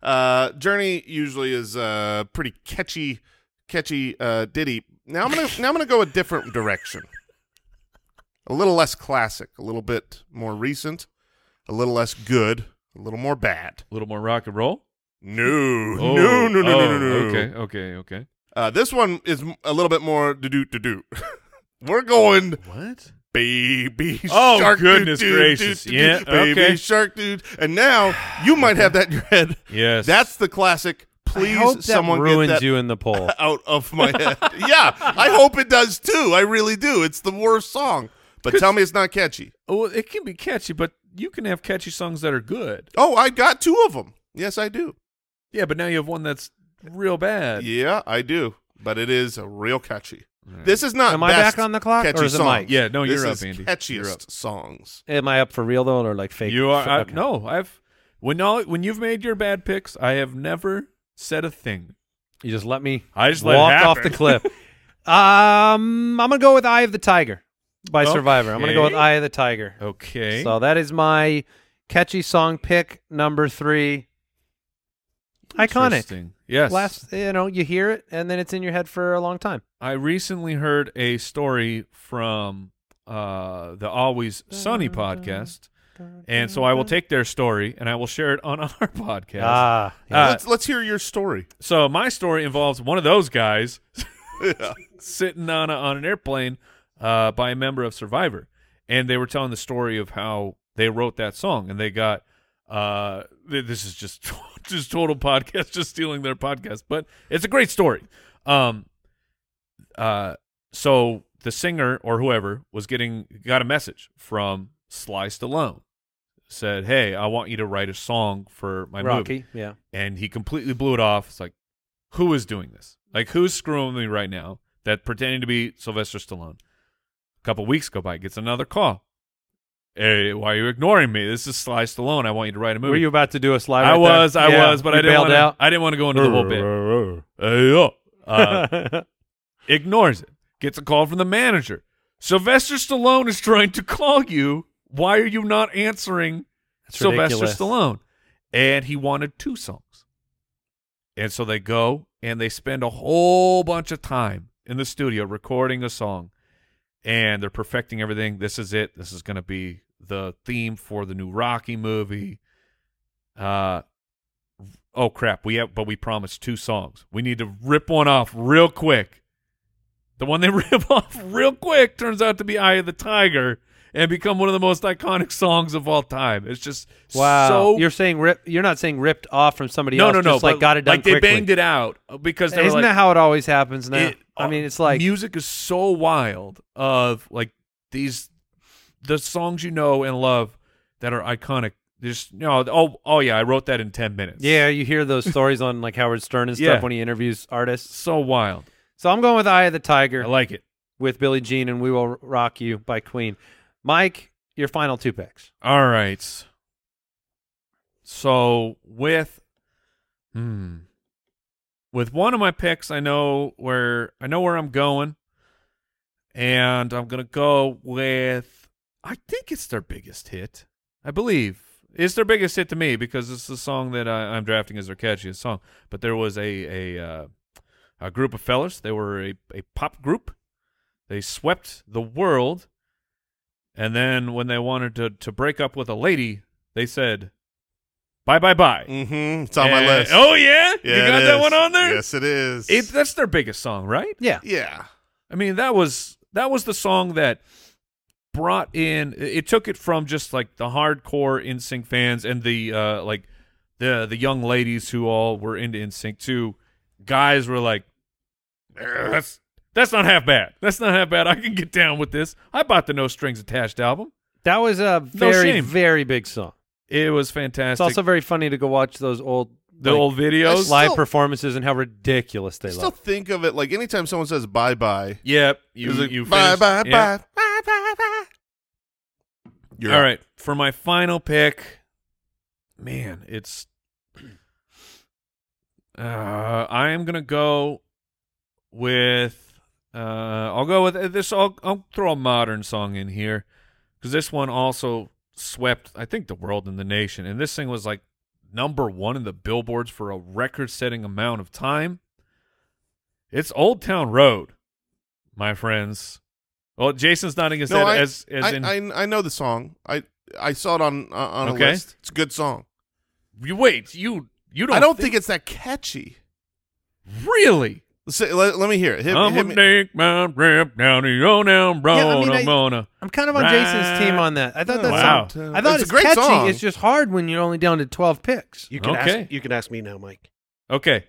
A: Uh, Journey usually is a pretty catchy, catchy uh, ditty. Now I'm gonna now I'm gonna go a different direction. A little less classic, a little bit more recent, a little less good, a little more bad.
D: a little more rock and roll
A: No, no, no, no, no, no,
D: oh,
A: no.
D: okay okay okay
A: Uh, this one is m- a little bit more do do do do. We're going
D: what
A: baby
D: Oh,
A: shark.
D: goodness
A: doo-doo,
D: gracious.
A: doo-doo,
D: Yeah,
A: baby
D: okay.
A: shark dude. And now you might have that in your head.
D: yes
A: That's the classic please
E: I hope that
A: someone
E: ruins
A: get that
E: you in the poll.
A: out of my head. yeah, I hope it does too. I really do. It's the worst song. But tell me it's not catchy.
D: Oh, well, it can be catchy, but you can have catchy songs that are good.
A: Oh, I got two of them. Yes, I do.
D: Yeah, but now you have one that's real bad.
A: Yeah, I do. But it is real catchy. This is not
E: Am I
A: best
E: back on the clock, or
A: catchy
E: is it
A: songs.
E: Mike?
D: Yeah, no,
A: This
D: you're up,
A: is
D: Andy.
A: Catchiest
D: You're up.
A: songs.
E: Am I up for real though, or like fake?
D: You are I,
E: okay.
D: no. I've when all when you've made your bad picks, I have never said a thing.
E: You just let me.
D: I just let it
E: walk off the
D: happen.
E: cliff. um, I'm gonna go with Eye of the Tiger by Survivor. I'm gonna go with
D: Okay.
E: Eye of the Tiger.
D: Okay.
E: So that is my catchy song pick number three. Iconic.
D: Interesting. Yes.
E: Last, you know, you hear it and then it's in your head for a long time.
D: I recently heard a story from uh, the Always Sunny podcast, and so I will take their story and I will share it on our podcast.
E: Ah,
D: Uh,
A: let's let's hear your story.
D: So my story involves one of those guys sitting on a, on an airplane uh, by a member of Survivor, and they were telling the story of how they wrote that song, and they got uh, th- this is just just total podcast, just stealing their podcast, but it's a great story. Um, uh, so the singer or whoever was getting got a message from Sly Stallone, said, "Hey, I want you to write a song for my movie."
E: Rocky. Yeah.
D: and he completely blew it off. It's like, who is doing this? Like, who's screwing with me right now? That pretending to be Sylvester Stallone. A couple weeks go by, gets another call. Hey, why are you ignoring me? This is Sly Stallone. I want you to write a movie.
E: Were you about to do a slide?
D: I
E: right there?
D: was, I
E: Yeah,
D: was, but I
E: you
D: didn't
E: bailed
D: want to.
E: out.
D: I didn't want to go into the whole bit. Hey, yo. Uh, ignores it. Gets a call from the manager. Sylvester Stallone is trying to call you. Why are you not answering
E: That's
D: Sylvester
E: ridiculous.
D: Stallone? And he wanted two songs. And so they go and they spend a whole bunch of time in the studio recording a song. And they're perfecting everything. This is it. This is going to be the theme for the new Rocky movie. Uh oh crap, we have but we promised two songs. We need to rip one off real quick. The one they rip off real quick turns out to be Eye of the Tiger and become one of the most iconic songs of all time. It's just
E: Wow.
D: so
E: you're saying rip? You're not saying ripped off from somebody
D: no,
E: else?
D: no, no.
E: Just like
D: but,
E: got it done.
D: Like they
E: quickly.
D: banged it out uh, because they
E: Isn't
D: were like,
E: that how it always happens now?
D: it-
E: I mean, it's
D: uh,
E: like
D: music is so wild of like these the songs you know and love that are iconic. There's you know, oh oh yeah, I wrote that in ten minutes.
E: yeah, you hear those stories on like Howard Stern and stuff
D: Yeah.
E: when he interviews artists.
D: so wild.
E: So I'm going with Eye of
D: I
E: the Tiger
D: like it.
E: with Billie Jean and We Will Rock You by Queen. Mike, your final two picks.
D: All right. So with hmm, with one of my picks, I know where I know where I'm going, and I'm gonna go with I think it's their biggest hit. I believe it's their biggest hit to me because it's the song that I, I'm drafting as their catchiest song. But there was a a uh, a group of fellas. They were a, a pop group. They swept the world. And then when they wanted to, to break up with a lady, they said, bye, bye, bye.
A: Mm-hmm. It's on my
D: And-
A: list.
D: Oh, yeah?
A: Yeah,
D: you got
A: it
D: that
A: is.
D: one on there?
A: Yes, it is.
D: It, that's their biggest song, right?
E: Yeah.
A: yeah.
D: I mean, that was that was the song that brought in it took it from just like the hardcore NSYNC fans and the uh like the the young ladies who all were into NSYNC to guys were like "Eh, that's that's not half bad. That's not half bad. I can get down with this. I bought the No Strings Attached album.
E: That was a very,
D: shame.
E: very big song.
D: It was
E: It's
D: fantastic.
E: also very funny to go watch those old
D: the
E: like,
D: old videos.
A: Still-
E: live performances and how ridiculous they
A: I still
E: look.
A: think of it like anytime someone says bye bye.
D: Yep. You,
A: like,
D: you
A: bye,
D: finished-
A: bye,
D: yep.
A: bye, bye, bye, bye. You're
D: All
A: up.
D: right. For my final pick, man, it's. Uh, I am gonna go with. Uh, I'll go with uh, this. I'll I'll throw a modern song in here because this one also swept. I think the world and the nation, and this thing was like number one in the billboards for a record-setting amount of time. It's Old Town Road, my friends. Well, Jason's nodding his
A: No,
D: head
A: I-
D: as as
A: I,
D: in
A: I I know the song. I I saw it on uh, on
D: Okay.
A: a list. It's a good song.
D: You wait, you you don't.
A: I don't think, it's that catchy.
D: it's really.
A: Say- let, let me hear it. Hit, me-
D: I'm
A: hit
D: gonna
A: me.
D: take my trip down the old town road.
E: Yeah, I mean, I-
D: I'm gonna.
E: I'm kind of on Jason's team
D: Right.
E: on that. I thought that
D: Wow.
E: song. I thought
A: It's a
E: it's
A: great
E: catchy.
A: song.
E: It's just hard when you're only down to 12 picks.
B: You can
D: Okay.
B: ask. You can ask me now, Mike.
D: Okay,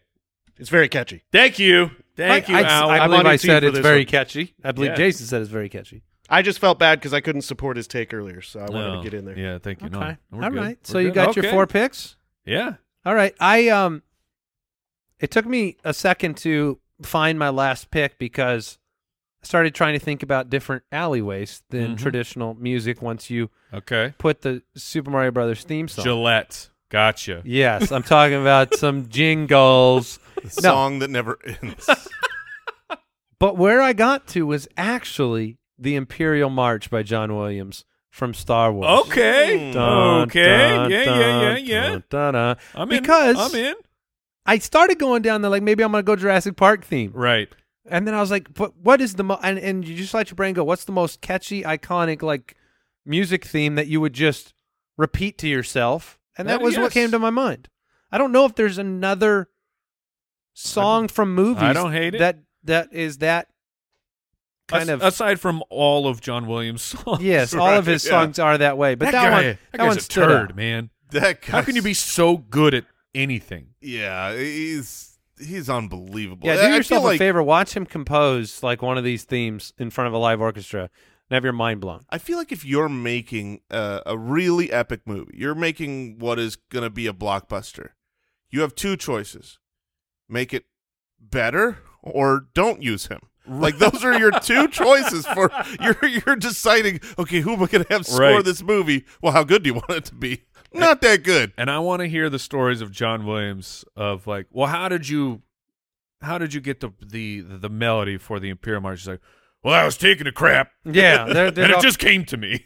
B: It's very catchy.
D: Thank you. Thank you,
E: I,
D: Al.
E: I,
B: I'm
E: believe
B: on your
E: I
B: team
E: said
B: for
E: it's
B: this
E: very
B: one.
E: catchy. I believe
D: Yeah.
E: Jason said it's very catchy.
B: I just felt bad because I couldn't support his take earlier, so I wanted
D: Oh,
B: to get in there.
D: Yeah, thank you. No,
E: Okay.
D: we're
E: All
D: good.
E: right. So
D: We're
E: you
D: good.
E: got your
D: Okay.
E: four picks.
D: Yeah.
E: All right. I um it took me a second to find my last pick because I started trying to think about different alleyways than
D: Mhm.
E: traditional music once you
D: Okay.
E: put the Super Mario Brothers theme song.
D: Gillette. Gotcha.
E: yes, I'm talking about some jingles.
A: The
E: No.
A: song that never ends.
E: But where I got to was actually the Imperial March by John Williams from Star Wars. Hmm.
D: Okay.
E: Dun,
D: okay.
E: dun,
D: yeah, yeah, yeah,
E: dun,
D: yeah.
E: dun, dun, dun.
D: I'm
E: Because-
D: in. I'm in.
E: I started going down there like maybe I'm gonna go Jurassic Park theme.
D: Right.
E: And then I was like, "But what is the mo-? and and you just let your brain go? What's the most catchy, iconic like music theme that you would just repeat to yourself?" And that
D: That-
E: was what
D: yes.
E: came to my mind. I don't know if there's another song from movies
D: don't hate it.
E: that that is that kind
D: As-
E: of
D: aside from all of John Williams' songs.
E: yes, all
A: right,
E: of his
A: yeah.
E: songs are that way. But that,
D: guy,
E: one,
D: that,
E: that,
D: guy's
E: one
D: a
E: stood
D: turd,
E: out.
D: man.
A: that guy.
D: How can you be so good at anything?
A: Yeah, he's he's unbelievable. I-
E: Yeah,
A: I
E: do
A: feel
E: yourself
A: like,
E: a favor. Watch him compose like one of these themes in front of a live orchestra, and have your mind blown.
A: I feel like if you're making uh, a really epic movie, you're making what is going to be a blockbuster. You have two choices: make it better or don't use him. Like those are your two choices for you're you're deciding. Okay, who am I going to have score
D: Right.
A: this movie? Well, how good do you want it to be? Not that good.
D: And I want to hear the stories of John Williams of like, well, how did you, how did you get the the the melody for the Imperial March? He's like, well, I was taking a crap
E: Yeah, they're, they're
D: and it
E: all-
D: just came to me.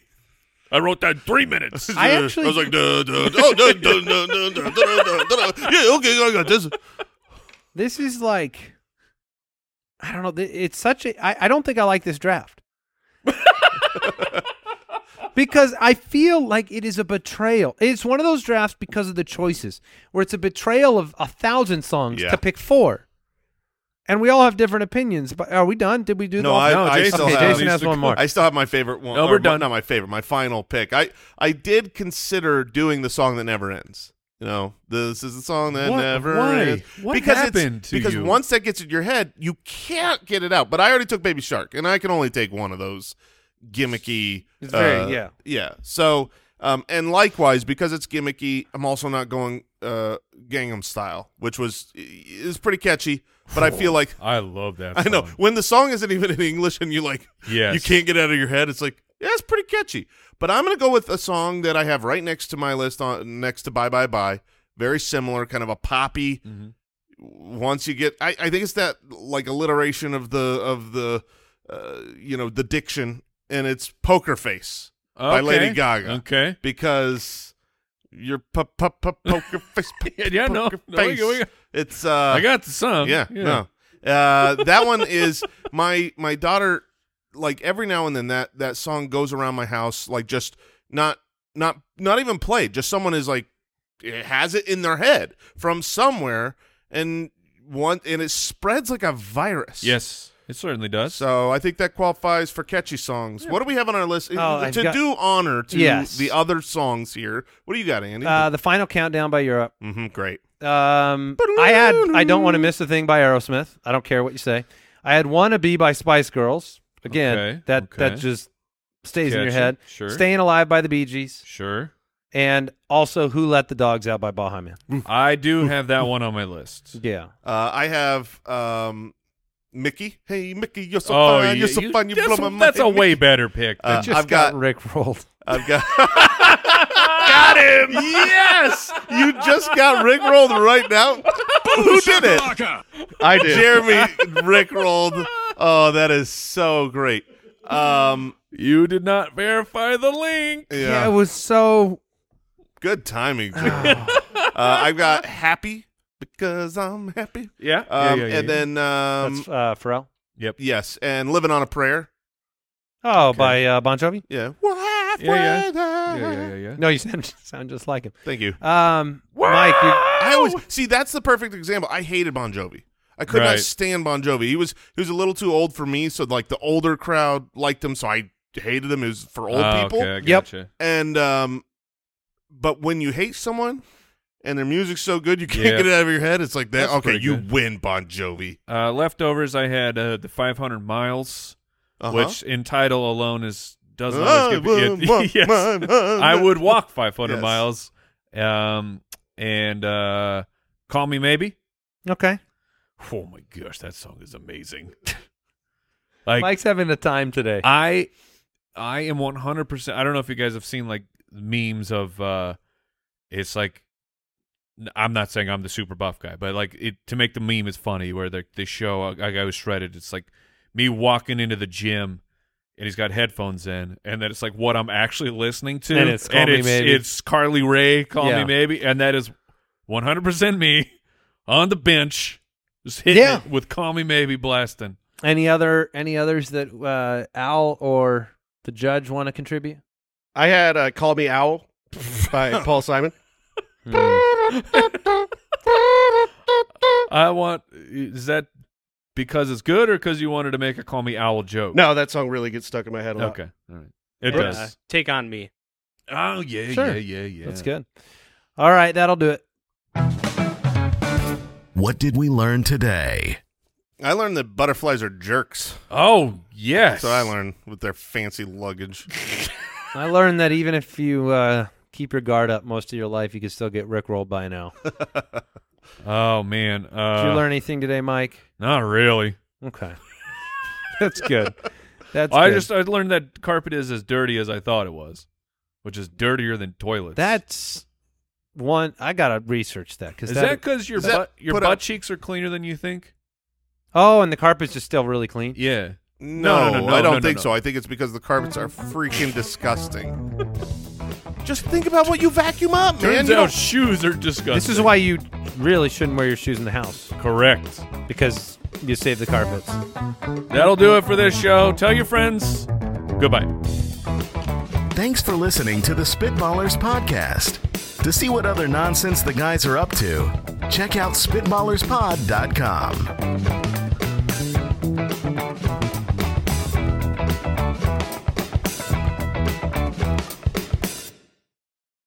D: I wrote that in three minutes.
E: I actually-
A: I was like, duh, duh, oh, duh, duh, duh, duh, duh, duh, duh, duh, duh. yeah, okay, I got this.
E: this is like i don't know th- it's such a i, I don't think i like this draft because i feel like it is a betrayal it's one of those drafts because of the choices where it's a betrayal of a thousand songs
A: Yeah.
E: to pick four and we all have different opinions but are we done did we do
A: No,
E: the
A: I,
D: No,
A: I
D: Jason-
A: still
E: okay
A: have.
E: jason has one more
A: I still have my favorite one.
D: No,
A: or
D: we're
A: my-
D: done.
A: Not my favorite. My final pick. I I did consider doing the song that never ends. You know, this is the song that
D: What-
A: never
D: why?
A: ends.
D: What
A: because it's-
D: happened to
A: because
D: you?
A: once that gets in your head, you can't get it out. But I already took Baby Shark, and I can only take one of those gimmicky.
E: It's very-
A: uh,
E: yeah.
A: yeah. So, um, and likewise, because it's gimmicky, I'm also not going uh Gangnam Style, which was is pretty catchy. But I feel like
D: I love that.
A: I know
D: song.
A: when the song isn't even in English and you like
D: Um, Yes.
A: you can't get it out of your head. It's like yeah, it's pretty catchy. But I'm gonna go with a song that I have right next to my list on next to Bye Bye Bye. Very similar, kind of a poppy.
D: Mm-hmm.
A: Once you get, I, I think it's that like alliteration of the of the uh, you know the diction, and it's Poker Face by
D: Okay.
A: Lady Gaga
D: Okay.
A: because your p- p- p- poker face, p-
D: Yeah, yeah, no,
A: poker
D: no, we
A: face.
D: got- we got-
A: It's uh,
D: I got the song.
A: yeah, no. Uh, that one is my my daughter. Like every now and then, that that song goes around my house, like just not not not even played. Just someone is like it has it in their head from somewhere, and one and it spreads like a virus.
D: Yes, it certainly does.
A: So I think that qualifies for catchy songs. What do we have on our list
E: Oh, I've
A: to
E: got-
A: do honor to
E: Yes.
A: the other songs here? What do you got, Andy?
E: uh, the final countdown by europe
A: hmm great.
E: Um, I had I don't want to miss a thing by Aerosmith. I don't care what you say. I had "Wanna Be" by Spice Girls. Again,
D: Okay,
E: that that
D: okay.
E: just stays in your
D: Catchy,
E: head.
D: sure.
E: "Staying Alive" by the Bee Gees,
D: Sure.
E: and also "Who Let the Dogs Out" by Baha Man.
D: I do have that one on my list.
E: Yeah,
A: Uh, I have um, Mickey. Hey, Mickey, you're so
D: oh,
A: fun.
D: yeah,
A: You're so
D: you-
A: fun. You blow
D: that's,
A: my
D: a,
A: mind.
D: that's a
A: Mickey.
D: way better pick.
A: Uh,
D: than-
A: I've got,
E: Rick rolled.
A: I've got, got him. Yes, you just got rickrolled right now. Who did it?
B: I did.
A: Jeremy rickrolled. Oh, that is so great. Um,
D: you did not verify the link.
A: yeah.
E: Yeah. it was so.
A: Good
D: Ah.
A: timing. Jim. uh, I've got happy because I'm happy.
D: Yeah.
A: Um, and then um,
E: that's uh, Pharrell.
D: Yep.
A: yes, and living on a prayer.
E: Oh, by uh, Bon Jovi.
A: Yeah.
D: Yeah, yeah, yeah, yeah, yeah.
E: No, you sound sound just like him.
A: Thank you.
E: Um, Mike, you,
A: I always see that's the perfect example. I hated Bon Jovi. I could not
D: Right.
A: stand Bon Jovi. He was he was a little too old for me. So like the older crowd liked him, so I hated him. It was for old
D: Oh,
A: people.
D: Okay, I
E: Yep.
D: gotcha.
A: And um, but when you hate someone and their music's so good you can't
D: Yeah.
A: get it out of your head. It's like that.
D: That's
A: okay,
D: pretty
A: you
D: good.
A: win, Bon Jovi.
D: Uh, leftovers, I had uh, the 500 miles,
A: Uh-huh. Uh,
D: which in title alone is does not
A: I
D: always give
A: would
D: you-
A: walk
D: Yes.
A: my- my-
D: I would walk 500
A: Yes.
D: miles. Um, and uh, call me maybe.
E: Okay.
D: Oh my gosh, that song is amazing. like
E: Mike's having a time today.
D: I I am 100%. I don't know if you guys have seen like memes of uh it's like n- I'm not saying I'm the super buff guy, but like it to make the meme is funny where they they show a, a guy who's shredded. It's like me walking into the gym and he's got headphones in, and then it's like what I'm actually listening to,
E: And it's Call Me
D: it's,
E: Maybe.
D: it's Carly Ray, call
E: Yeah.
D: me maybe, and that is 100 percent me on the bench, just hitting
E: Yeah.
D: it with call me maybe blasting.
E: any other any others that uh, Al or the judge want to contribute?
B: I had uh, "Call Me Owl" by Paul Simon.
D: I want is that because it's good or because you wanted to make a call me owl joke?
B: No, that song really gets stuck in my head a lot.
D: Okay. All right. Oh, It
G: And,
D: does.
G: uh, Take on me.
D: Oh yeah,
E: Sure.
D: yeah, yeah, yeah.
E: That's good. All right, that'll do it.
C: What did we learn today?
A: I learned that butterflies are jerks.
D: Oh yes.
A: That's what I learned with their fancy luggage.
E: I learned that even if you uh, keep your guard up most of your life, you can still get rickrolled by now.
D: Oh man. Uh,
E: Did you learn anything today, Mike?
D: Not really.
E: Okay, that's good. That's
D: I
E: good.
D: just uh, I learned that carpet is as dirty as I thought it was, which is dirtier than toilets.
E: that's one. I gotta research that because
D: is that because your
A: Is that
D: butt your
A: put
D: butt
A: out-
D: cheeks are cleaner than you think?
E: oh, and the carpet's just still really clean.
D: Yeah.
A: No,
D: no, no, no,
A: I don't
D: no, no,
A: think
D: no.
A: so. I think it's because the carpets are freaking disgusting. Just think about what you vacuum up, man.
D: Turns
A: You
D: out
A: don't-
D: shoes are disgusting.
E: This is why you really shouldn't wear your shoes in the house
D: Correct.
E: because you save the carpets.
D: That'll do it for this show. Tell your friends. Goodbye.
C: Thanks for listening to the Spitballers Podcast. To see what other nonsense the guys are up to, check out SpitballersPod.com.